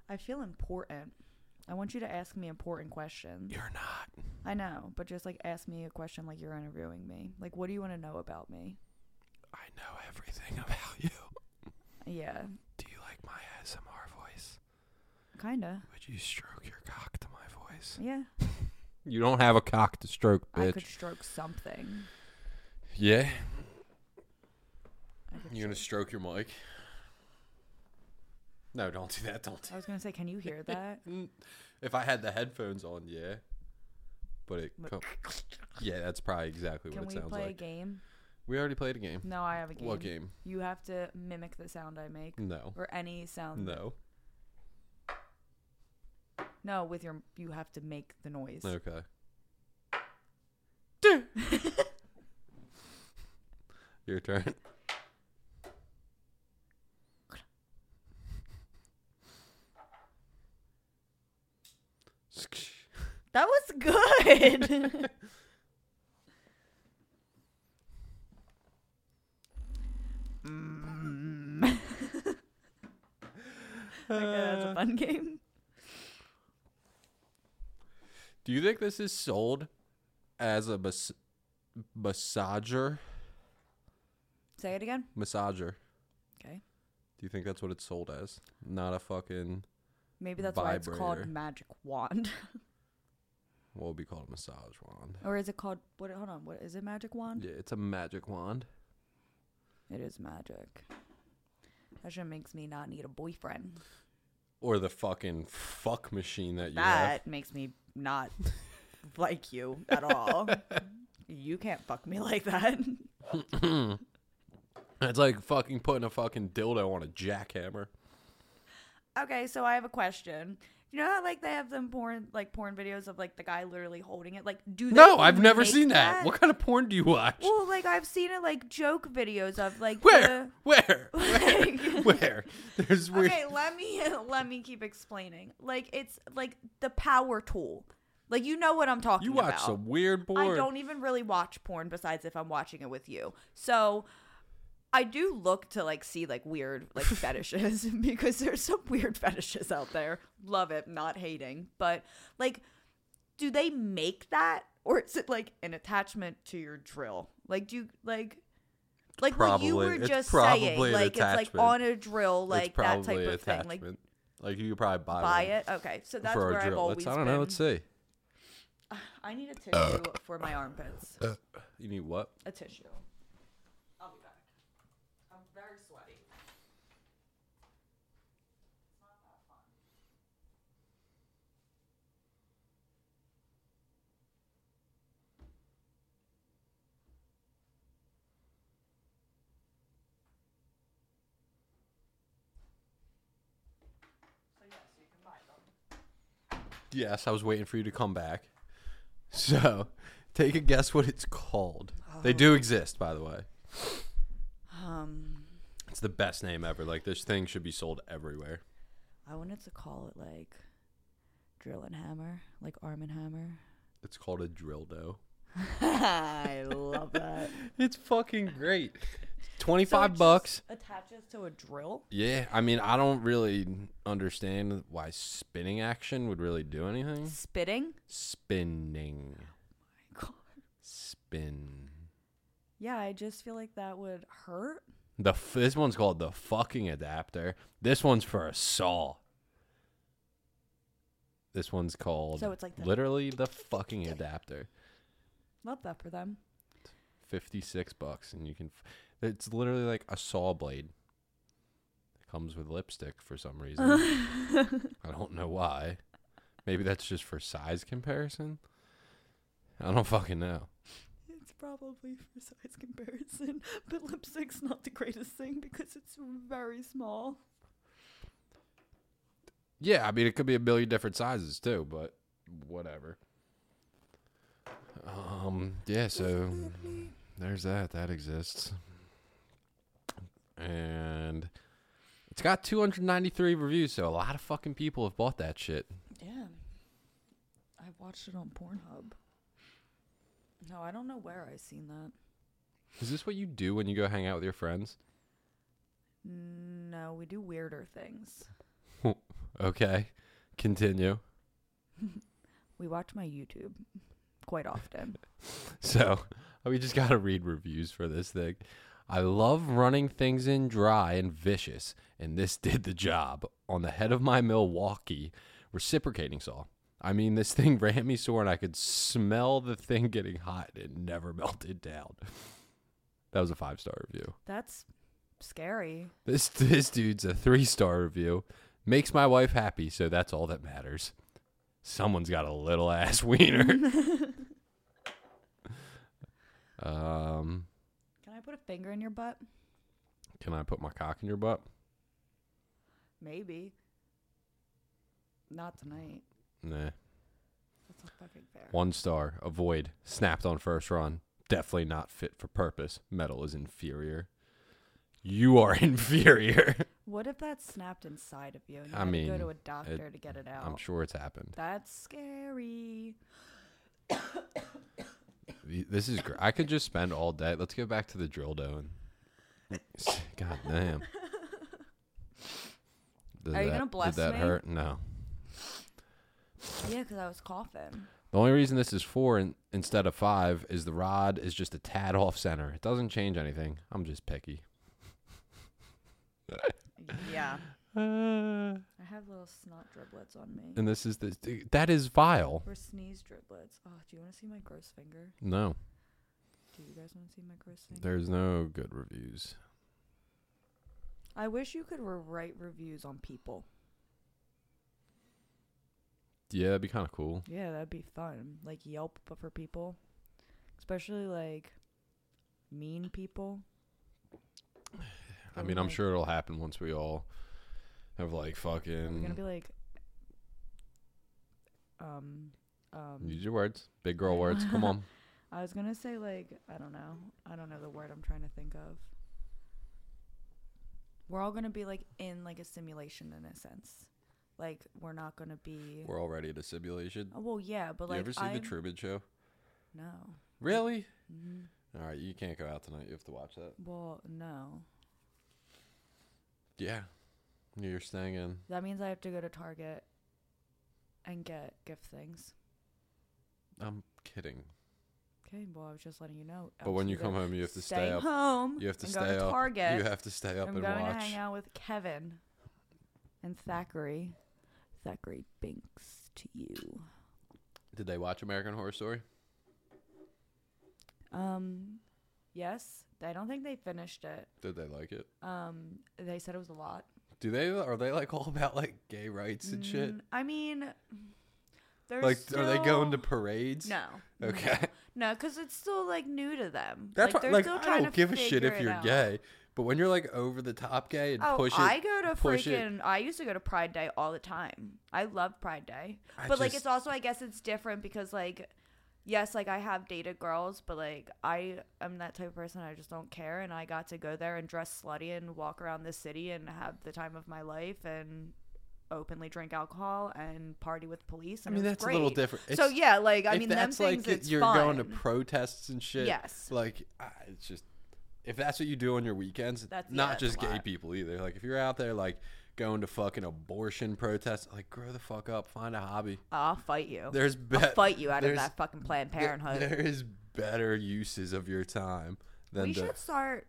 Speaker 2: I feel important. I want you to ask me important questions.
Speaker 1: You're not.
Speaker 2: I know, but just like ask me a question like you're interviewing me. Like, what do you want to know about me?
Speaker 1: I know everything about you.
Speaker 2: Yeah,
Speaker 1: Do you like my ASMR voice?
Speaker 2: kinda.
Speaker 1: Would you stroke your cock to my voice?
Speaker 2: Yeah,
Speaker 1: You don't have a cock to stroke,
Speaker 2: I
Speaker 1: bitch.
Speaker 2: could stroke something.
Speaker 1: Yeah.
Speaker 2: I, could
Speaker 1: You gonna
Speaker 2: stroke-
Speaker 1: stroke your mic? No, don't do that. Don't.
Speaker 2: I was gonna say, can you hear that?
Speaker 1: Do If I had the headphones on, yeah. But it.
Speaker 2: But-
Speaker 1: Co- yeah, that's probably exactly
Speaker 2: Can
Speaker 1: what it
Speaker 2: we
Speaker 1: sounds
Speaker 2: play a
Speaker 1: like.
Speaker 2: game?
Speaker 1: We already played a game.
Speaker 2: No, I have a game.
Speaker 1: What game?
Speaker 2: You have to mimic the sound I make
Speaker 1: No.
Speaker 2: or any sound.
Speaker 1: No.
Speaker 2: No, with your you have to make the noise.
Speaker 1: Okay. Your turn.
Speaker 2: That was good. Mm. okay, that's a
Speaker 1: Uh,
Speaker 2: fun game.
Speaker 1: Do you think this is sold as a mas- massager?
Speaker 2: Say it again.
Speaker 1: Massager.
Speaker 2: Okay.
Speaker 1: Do you think that's what it's sold as? Not a fucking
Speaker 2: Maybe that's why it's called
Speaker 1: Vibrator.
Speaker 2: magic wand.
Speaker 1: what would be called a massage wand.
Speaker 2: or is it called what hold on, what is it magic wand?
Speaker 1: Yeah, it's a magic wand.
Speaker 2: It is magic. That shit makes me not need a boyfriend.
Speaker 1: Or the fucking fuck machine that you have.
Speaker 2: That makes me not like you at all. you can't fuck me like that.
Speaker 1: It's like fucking putting a fucking dildo on a jackhammer.
Speaker 2: Okay, so I have a question. You know how like they have them porn like porn videos of like the guy literally holding it? Like do they
Speaker 1: No, I've never
Speaker 2: make
Speaker 1: seen that. What kind of porn do you watch?
Speaker 2: Well, uh, like I've seen it like joke videos of like
Speaker 1: Where? Where?
Speaker 2: the-
Speaker 1: Where? Where? There's weird.
Speaker 2: okay, let me let me keep explaining. Like it's like the power tool. Like you know what I'm talking
Speaker 1: You watch
Speaker 2: about.
Speaker 1: some weird porn.
Speaker 2: I don't even really watch porn besides if I'm watching it with you. So I do look to like see like weird like fetishes because there's some weird fetishes out there. Love it, not hating. But like do they make that or is it like an attachment to your drill? Like do you like like what you
Speaker 1: Probably.
Speaker 2: were
Speaker 1: It's
Speaker 2: just saying,
Speaker 1: probably an
Speaker 2: like it's like
Speaker 1: attachment.
Speaker 2: on a drill, like
Speaker 1: it's
Speaker 2: that
Speaker 1: probably
Speaker 2: type of thing.
Speaker 1: attachment.
Speaker 2: Like
Speaker 1: Like, you could probably buy,
Speaker 2: buy
Speaker 1: one
Speaker 2: it. Okay, so that's
Speaker 1: for
Speaker 2: where
Speaker 1: a
Speaker 2: I've
Speaker 1: drill.
Speaker 2: always
Speaker 1: Let's, I don't know.
Speaker 2: been.
Speaker 1: Let's see.
Speaker 2: I need a tissue for my armpits.
Speaker 1: You need what?
Speaker 2: a tissue. I'll be back. I'm very sweaty. So yes, you can buy them.
Speaker 1: Yes, I was waiting for you to come back. So, take a guess what it's called. They do exist, by the way.
Speaker 2: Um,
Speaker 1: It's the best name ever. Like this thing should be sold everywhere.
Speaker 2: I wanted to call it like drill and hammer, like arm and hammer.
Speaker 1: It's called a drill dough.
Speaker 2: I love that.
Speaker 1: It's fucking great. Twenty five bucks.
Speaker 2: attaches to a drill.
Speaker 1: Yeah, I mean, I don't really understand why spinning action would really do anything.
Speaker 2: Spitting.
Speaker 1: Spinning,
Speaker 2: God.
Speaker 1: spin.
Speaker 2: Yeah, I just feel like that would hurt.
Speaker 1: The f- this one's called the fucking adapter. This one's for a saw. This one's called
Speaker 2: So it's like the-
Speaker 1: literally the fucking adapter.
Speaker 2: Love that for them.
Speaker 1: Fifty six bucks, and you can. F- it's literally like a saw blade. It comes with lipstick for some reason. I don't know why. Maybe that's just for size comparison. I don't fucking know.
Speaker 2: It's probably for size comparison, but lipstick's not the greatest thing because it's very small.
Speaker 1: Yeah, I mean it could be a million different sizes too, but whatever. Um, yeah, so there's that. That exists. And it's got 293 reviews, so a lot of fucking people have bought that shit.
Speaker 2: Yeah. I watched it on Pornhub. No, I don't know where I seen that.
Speaker 1: Is this what you do when you go hang out with your friends?
Speaker 2: No, we do weirder things.
Speaker 1: Okay. Continue.
Speaker 2: We watch my YouTube quite often.
Speaker 1: So, we just got to read reviews for this thing. I love running things in dry and vicious, and this did the job on the head of my Milwaukee reciprocating saw. I mean, this thing ran me sore, and I could smell the thing getting hot. It never melted down. That was a five star review.
Speaker 2: That's scary.
Speaker 1: This this dude's a three star review. Makes my wife happy, so that's all that matters. Someone's got a little ass wiener. um,
Speaker 2: Can I put a finger in your butt?
Speaker 1: can I put my cock in your butt?
Speaker 2: Maybe. Not tonight.
Speaker 1: Nah.
Speaker 2: That's not fucking fair.
Speaker 1: One star. Avoid. Snapped on first run. Definitely not fit for purpose. Metal is inferior. You are inferior.
Speaker 2: What if that snapped inside of you and you
Speaker 1: I
Speaker 2: had to go
Speaker 1: mean,
Speaker 2: to a doctor to get it out?
Speaker 1: I'm sure it's happened.
Speaker 2: That's scary.
Speaker 1: This is great. I could just spend all day. Let's go back to the drill dough. And God damn. Did
Speaker 2: Are you gonna bless
Speaker 1: Did that
Speaker 2: me?
Speaker 1: hurt? No.
Speaker 2: Yeah, because I was coughing.
Speaker 1: The only reason this is four in, instead of five is the rod is just a tad off center. It doesn't change anything. I'm just picky.
Speaker 2: Yeah.
Speaker 1: Uh,
Speaker 2: I have little snot driblets on me.
Speaker 1: and this is the dude, that is vile.
Speaker 2: Or sneeze driblets. Oh, do you want to see my gross finger?
Speaker 1: No,
Speaker 2: Do you guys want to see my gross finger?
Speaker 1: there's no good reviews.
Speaker 2: I wish you could re- write reviews on people.
Speaker 1: Yeah, it'd be kind of cool.
Speaker 2: Yeah, that'd be fun. Like Yelp, but for people. Especially like mean people.
Speaker 1: I
Speaker 2: But,
Speaker 1: mean, I'm
Speaker 2: like,
Speaker 1: sure it'll happen once we all have like
Speaker 2: We're gonna be
Speaker 1: fucking
Speaker 2: like, um, um.
Speaker 1: use your words, big girl words. Come on.
Speaker 2: I was gonna say like I don't know. I don't know the word I'm trying to think of. We're all gonna be like in like a simulation in a sense. Like we're not gonna be.
Speaker 1: We're already at a simulation.
Speaker 2: Oh, well, yeah, but like
Speaker 1: you ever see
Speaker 2: I'm,
Speaker 1: the Truman Show?
Speaker 2: No.
Speaker 1: Really?
Speaker 2: Mhm.
Speaker 1: All right, you can't go out tonight. You have to watch that.
Speaker 2: Well, no.
Speaker 1: Yeah, you're staying in.
Speaker 2: That means I have to go to Target and get gift things.
Speaker 1: I'm kidding.
Speaker 2: Okay, well, I was just letting you know. I
Speaker 1: But
Speaker 2: was
Speaker 1: when you
Speaker 2: gonna
Speaker 1: come home, you have to stay
Speaker 2: stay
Speaker 1: up.
Speaker 2: home.
Speaker 1: You have to
Speaker 2: and
Speaker 1: stay
Speaker 2: go to
Speaker 1: up.
Speaker 2: Target.
Speaker 1: You have to stay up
Speaker 2: I'm
Speaker 1: and
Speaker 2: going to
Speaker 1: watch.
Speaker 2: hang out with Kevin and Thackeray. Thackeray Binks to you.
Speaker 1: Did they watch American Horror Story?
Speaker 2: Um, yes, I don't think they finished it.
Speaker 1: Did they like it?
Speaker 2: Um, they said it was a lot.
Speaker 1: Do they? Are they like all about like gay rights and shit?
Speaker 2: Mm, I mean, they're
Speaker 1: Like, are they going to
Speaker 2: still-
Speaker 1: parades?
Speaker 2: No.
Speaker 1: Okay.
Speaker 2: No, because it's still like new to them.
Speaker 1: That's
Speaker 2: like,
Speaker 1: like,
Speaker 2: they're
Speaker 1: like
Speaker 2: still
Speaker 1: I
Speaker 2: trying
Speaker 1: don't
Speaker 2: to
Speaker 1: give a shit
Speaker 2: figure
Speaker 1: if
Speaker 2: it
Speaker 1: you're
Speaker 2: out.
Speaker 1: gay, but when you're like over the top gay and
Speaker 2: Oh,
Speaker 1: push it,
Speaker 2: I go to
Speaker 1: push it.
Speaker 2: freaking. I used to go to Pride Day all the time. I love Pride Day,
Speaker 1: I
Speaker 2: but like
Speaker 1: just-
Speaker 2: it's also I guess it's different because like, yes, like I have dated girls, but like I am that type of person. I just don't care, and I got to go there and dress slutty and walk around the city and have the time of my life and openly drink alcohol and party with police.
Speaker 1: I
Speaker 2: And
Speaker 1: mean,
Speaker 2: it was
Speaker 1: that's a little
Speaker 2: great.
Speaker 1: different.
Speaker 2: so
Speaker 1: It's-
Speaker 2: yeah, like I
Speaker 1: if
Speaker 2: mean, them
Speaker 1: that's
Speaker 2: things
Speaker 1: like
Speaker 2: it's
Speaker 1: you're going to
Speaker 2: fun.
Speaker 1: protests and shit.
Speaker 2: Yes.
Speaker 1: Like I, it's just if that's what you do on your weekends,
Speaker 2: That's- yeah,
Speaker 1: not
Speaker 2: that's
Speaker 1: just
Speaker 2: a
Speaker 1: gay
Speaker 2: lot.
Speaker 1: people either. Like if you're out there like going to fucking abortion protests, like grow the fuck up, find a hobby.
Speaker 2: I'll fight you.
Speaker 1: There's better
Speaker 2: I'll fight you out of
Speaker 1: there's-
Speaker 2: that fucking Planned
Speaker 1: there-
Speaker 2: Parenthood.
Speaker 1: There is better uses of your time than
Speaker 2: we
Speaker 1: to-
Speaker 2: should start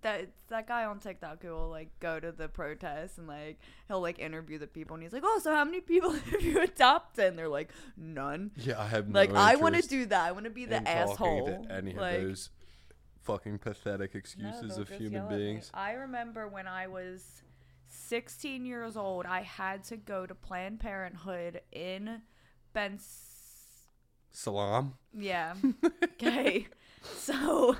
Speaker 2: that that guy on TikTok who will like go to the protests and like he'll like interview the people and he's like, oh, so how many people have you adopted? And they're like, none.
Speaker 1: Yeah, I have no
Speaker 2: Like I want to
Speaker 1: interest
Speaker 2: do that. I want to be the
Speaker 1: in talking
Speaker 2: asshole.
Speaker 1: To any
Speaker 2: like,
Speaker 1: of those fucking pathetic
Speaker 2: no,
Speaker 1: excuses
Speaker 2: they'll
Speaker 1: of
Speaker 2: just
Speaker 1: human
Speaker 2: yell at me.
Speaker 1: beings.
Speaker 2: I remember when I was 16 years old, I had to go to Planned Parenthood in Ben's
Speaker 1: Salam.
Speaker 2: Yeah. Okay. so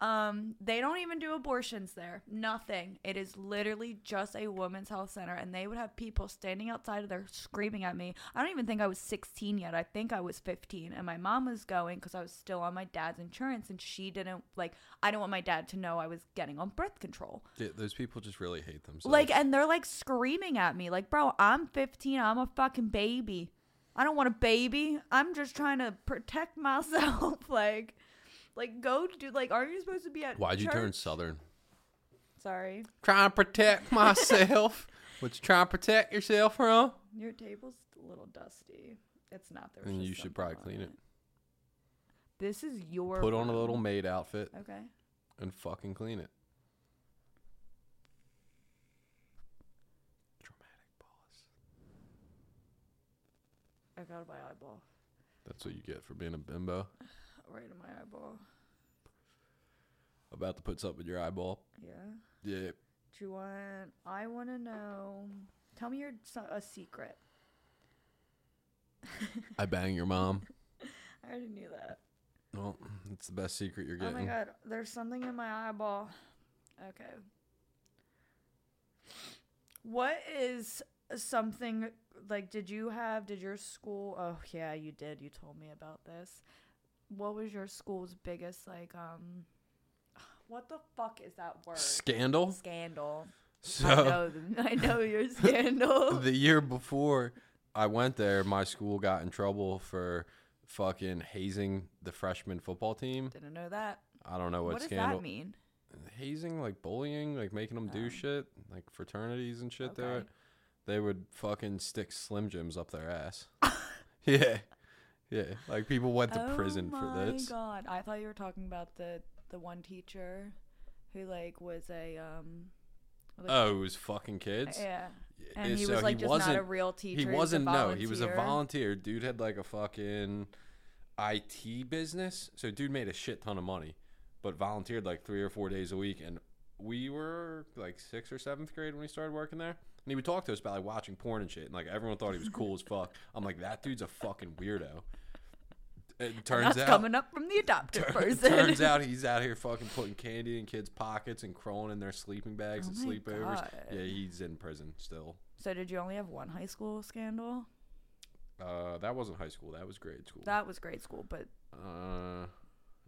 Speaker 2: Um, they don't even do abortions there. Nothing. It is literally just a women's health center, and they would have people standing outside of there screaming at me. I don't even think I was 16 yet. I think I was 15, and my mom was going because I was still on my dad's insurance, and she didn't like. I didn't want my dad to know I was getting on birth control.
Speaker 1: Yeah, those people just really hate themselves.
Speaker 2: Like, and they're like screaming at me, like, bro, I'm 15. I'm a fucking baby. I don't want a baby. I'm just trying to protect myself. like, like go do like, aren't you supposed to be at?
Speaker 1: why'd you turn
Speaker 2: church?
Speaker 1: southern?
Speaker 2: Sorry,
Speaker 1: Trying to protect myself. what you trying to protect yourself from?
Speaker 2: your table's a little dusty. It's not there. was
Speaker 1: And
Speaker 2: just
Speaker 1: you should
Speaker 2: something
Speaker 1: probably
Speaker 2: on
Speaker 1: clean it.
Speaker 2: This is your.
Speaker 1: Put on a
Speaker 2: room.
Speaker 1: little maid outfit
Speaker 2: Okay.
Speaker 1: and fucking clean it. Dramatic pause.
Speaker 2: I got my eyeball
Speaker 1: That's what you get for being a bimbo.
Speaker 2: right in my eyeball.
Speaker 1: About to put something in your eyeball.
Speaker 2: Yeah.
Speaker 1: Yeah.
Speaker 2: Do you want? I want to know. Tell me your so- a secret.
Speaker 1: I bang your mom.
Speaker 2: I already knew that.
Speaker 1: Well, it's the best secret you're
Speaker 2: Oh
Speaker 1: getting.
Speaker 2: my god, there's something in my eyeball. Okay. What is something like did you have did your school oh yeah, you did. You told me about this. What was your school's biggest like um what the fuck is that word?
Speaker 1: Scandal.
Speaker 2: Scandal. I
Speaker 1: So
Speaker 2: know th- I know your scandal.
Speaker 1: the year before I went there, my school got in trouble for fucking hazing the freshman football team.
Speaker 2: Didn't know that.
Speaker 1: I don't know what,
Speaker 2: What, does
Speaker 1: scandal.
Speaker 2: that mean?
Speaker 1: Hazing, like bullying, like making them do
Speaker 2: Oh.
Speaker 1: shit, like fraternities and shit. do it.
Speaker 2: Okay.
Speaker 1: They would fucking stick Slim Jims up their ass. yeah, yeah. Like people went to prison
Speaker 2: oh
Speaker 1: for
Speaker 2: my
Speaker 1: this.
Speaker 2: god! I thought you were talking about the the one teacher who like was a um. like-
Speaker 1: Oh, it was fucking kids.
Speaker 2: Yeah,
Speaker 1: Yeah,
Speaker 2: and he
Speaker 1: so
Speaker 2: was like
Speaker 1: he
Speaker 2: just
Speaker 1: wasn't
Speaker 2: not a real teacher.
Speaker 1: he wasn't
Speaker 2: was a
Speaker 1: no he was a volunteer dude had like a fucking it business so dude made a shit ton of money but volunteered like three or four days a week and we were like sixth or seventh grade when we started working there and he would talk to us about like watching porn and shit and like everyone thought he was cool as fuck i'm like that dude's a fucking weirdo it turns
Speaker 2: That's
Speaker 1: out
Speaker 2: coming up from the adopted
Speaker 1: Tur-
Speaker 2: person.
Speaker 1: Turns out he's out here fucking putting candy in kids' pockets and crawling in their sleeping bags
Speaker 2: Oh
Speaker 1: and
Speaker 2: my
Speaker 1: sleepovers.
Speaker 2: God.
Speaker 1: Yeah, he's in prison still.
Speaker 2: so did you only have one high school scandal?
Speaker 1: Uh, that wasn't high school. That was grade school.
Speaker 2: That was grade school, but
Speaker 1: Uh,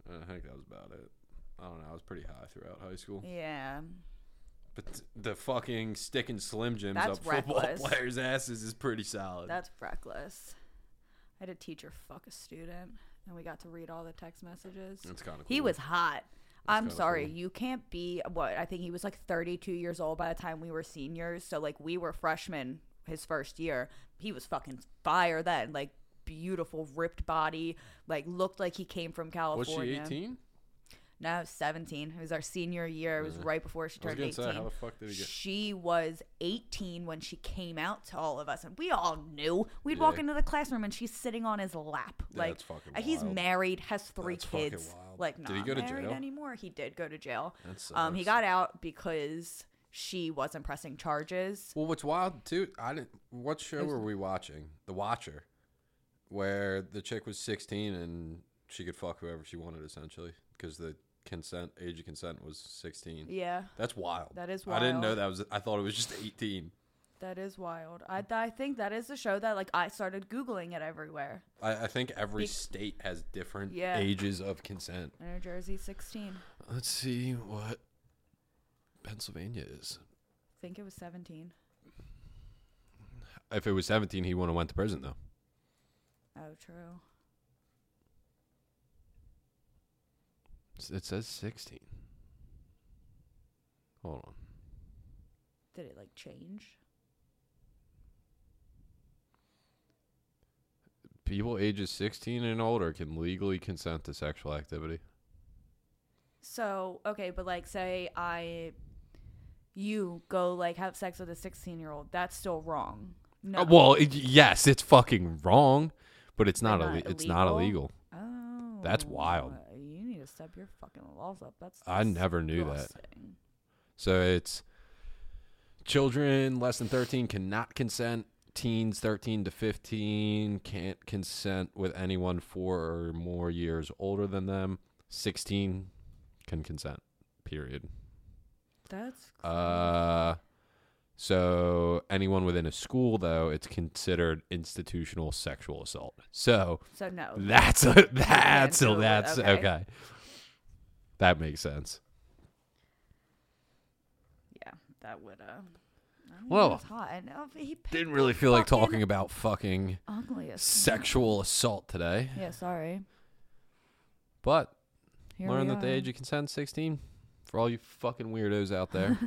Speaker 1: I think that was about it. I don't know. I was pretty high throughout high school.
Speaker 2: yeah,
Speaker 1: But th- the fucking sticking Slim Jims
Speaker 2: That's
Speaker 1: up football
Speaker 2: reckless.
Speaker 1: players' asses is pretty solid.
Speaker 2: that's reckless. I had a teacher fuck a student, and we got to read all the text messages.
Speaker 1: That's kind of cool.
Speaker 2: He was hot. I'm
Speaker 1: kinda
Speaker 2: sorry,
Speaker 1: cool.
Speaker 2: you can't be what I think he was like 32 years old by the time we were seniors. So like we were freshmen his first year. He was fucking fire then, like beautiful ripped body, like looked like he came from
Speaker 1: Was she
Speaker 2: California.
Speaker 1: 18?
Speaker 2: No, 17. It was our senior year. It was
Speaker 1: Yeah.
Speaker 2: right before she
Speaker 1: I was
Speaker 2: turned
Speaker 1: gonna
Speaker 2: 18.
Speaker 1: say, how the fuck did he get?
Speaker 2: She was 18 when she came out to all of us, and we all knew. We'd walk
Speaker 1: Yeah.
Speaker 2: into the classroom, and she's sitting on his lap.
Speaker 1: Yeah,
Speaker 2: like
Speaker 1: that's fucking
Speaker 2: uh, he's
Speaker 1: wild.
Speaker 2: married, has three
Speaker 1: That's fucking
Speaker 2: kids.
Speaker 1: wild.
Speaker 2: Like,
Speaker 1: Did
Speaker 2: not
Speaker 1: he go to
Speaker 2: married
Speaker 1: jail?
Speaker 2: anymore. He did go to jail.
Speaker 1: That
Speaker 2: Um, he
Speaker 1: sucks.
Speaker 2: got out because she wasn't pressing charges.
Speaker 1: Well, what's wild too? I didn't. What show were we watching? The Watcher, where the chick was 16 and she could fuck whoever she wanted essentially because the consent age of consent was 16.
Speaker 2: Yeah,
Speaker 1: That's wild.
Speaker 2: That is
Speaker 1: I didn't know
Speaker 2: wild.
Speaker 1: that was. I thought it was just 18.
Speaker 2: that is wild. I I think that is the show that like I started googling it everywhere.
Speaker 1: I, I think every
Speaker 2: Bec-
Speaker 1: state has different
Speaker 2: Yeah.
Speaker 1: ages of consent.
Speaker 2: New Jersey, 16. I
Speaker 1: Let's see what Pennsylvania is.
Speaker 2: think it was 17.
Speaker 1: If it was 17, he wouldn't have went to prison though.
Speaker 2: Oh, true.
Speaker 1: S- It says 16. Hold on.
Speaker 2: Did it like change?
Speaker 1: People ages 16 and older can legally consent to sexual activity.
Speaker 2: So okay, but like say I, you go like have sex with a 16 year old. That's still wrong. No.
Speaker 1: Uh, well, it, yes, it's fucking wrong, but it's not,
Speaker 2: not
Speaker 1: ille- it's not
Speaker 2: illegal?
Speaker 1: illegal.
Speaker 2: Oh,
Speaker 1: That's wild.
Speaker 2: uh, You need to step your fucking laws up. That's
Speaker 1: I never knew that.
Speaker 2: disgusting.
Speaker 1: So it's children less than 13 cannot consent. Teens 13 to 15 can't consent with anyone four or more years older than them. 16 can consent. Period.
Speaker 2: That's
Speaker 1: Uh, so anyone within a school, though, it's considered institutional sexual assault. So
Speaker 2: so no.
Speaker 1: that's a that's
Speaker 2: so
Speaker 1: a,
Speaker 2: it-
Speaker 1: that's
Speaker 2: okay.
Speaker 1: okay. That makes sense.
Speaker 2: yeah, that would uh. I don't know,
Speaker 1: Well,
Speaker 2: it was hot. And, uh, he picked
Speaker 1: Didn't
Speaker 2: the
Speaker 1: really feel like
Speaker 2: fucking
Speaker 1: talking about fucking
Speaker 2: ugliest.
Speaker 1: sexual assault today,
Speaker 2: Yeah, sorry.
Speaker 1: but
Speaker 2: Here
Speaker 1: learned
Speaker 2: we
Speaker 1: that the
Speaker 2: are.
Speaker 1: age of consent is sixteen for all you fucking weirdos out there.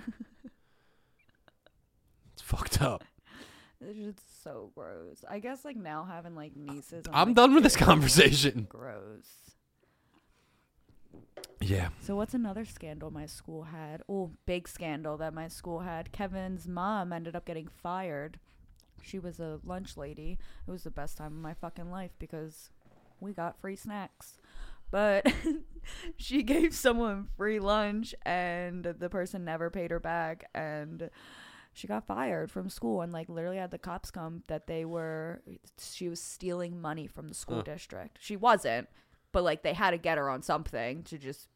Speaker 1: it's fucked up.
Speaker 2: This shit's so gross. I guess like now having like nieces.
Speaker 1: I'm
Speaker 2: like,
Speaker 1: done with this
Speaker 2: "Ew,
Speaker 1: conversation.
Speaker 2: Gross.
Speaker 1: Yeah.
Speaker 2: So what's another scandal my school had? Oh, big scandal that my school had. Kevin's mom ended up getting fired. She was a lunch lady. It was the best time of my fucking life because we got free snacks. But she gave someone free lunch and the person never paid her back and she got fired from school and like literally had the cops come that they were she was stealing money from the school
Speaker 1: Huh.
Speaker 2: district. She wasn't, but like they had to get her on something to just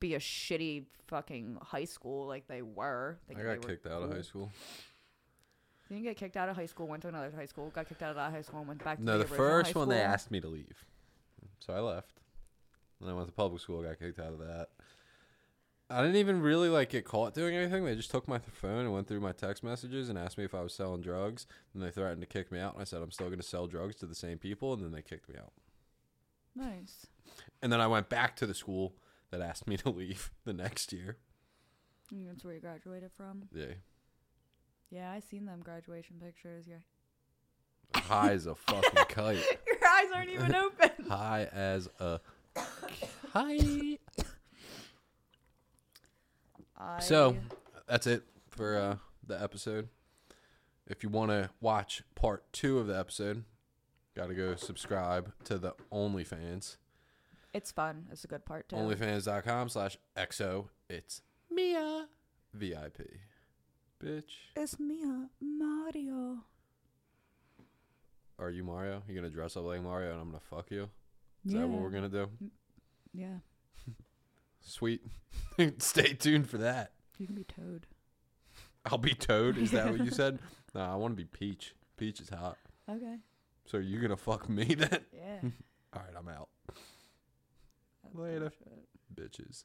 Speaker 2: be a shitty fucking high school like they were. Thinking they were cool.
Speaker 1: school.
Speaker 2: You didn't get kicked out of high school, went to another high school, got kicked out of that high school, and went back to
Speaker 1: No, the
Speaker 2: the original high
Speaker 1: first one they
Speaker 2: school.
Speaker 1: asked me to leave, so I left. Then I went to public school, got kicked out of that. I didn't even really like get caught doing anything. They just took my phone and went through my text messages and asked me if I was selling drugs. And they threatened to kick me out. And I said I'm still going to sell drugs to the same people. And then they kicked me out.
Speaker 2: Nice.
Speaker 1: And then I went back to the school that asked me to leave the next year.
Speaker 2: I think That's where you graduated from.
Speaker 1: Yeah,
Speaker 2: Yeah, I seen them graduation pictures. Your
Speaker 1: high as a fucking kite.
Speaker 2: your eyes aren't even open.
Speaker 1: High as a kite.
Speaker 2: I,
Speaker 1: So that's it for uh, the episode. If you want to watch part two of the episode, got to go subscribe to the OnlyFans.
Speaker 2: it's fun. It's a good part too.
Speaker 1: OnlyFans.com slash XO. It's Mia VIP. Bitch.
Speaker 2: it's Mia Mario.
Speaker 1: Are you Mario? You going to dress up like Mario and I'm going to fuck you? Is that what we're going to do?
Speaker 2: yeah.
Speaker 1: Sweet. Stay tuned for that.
Speaker 2: You can be Toad.
Speaker 1: I'll be Toad. Is that what you said? No, I want to be Peach. Peach is hot.
Speaker 2: Okay.
Speaker 1: So you going to fuck me then?
Speaker 2: Yeah.
Speaker 1: All right, I'm out.
Speaker 2: That's
Speaker 1: Later.
Speaker 2: bullshit.
Speaker 1: Bitches.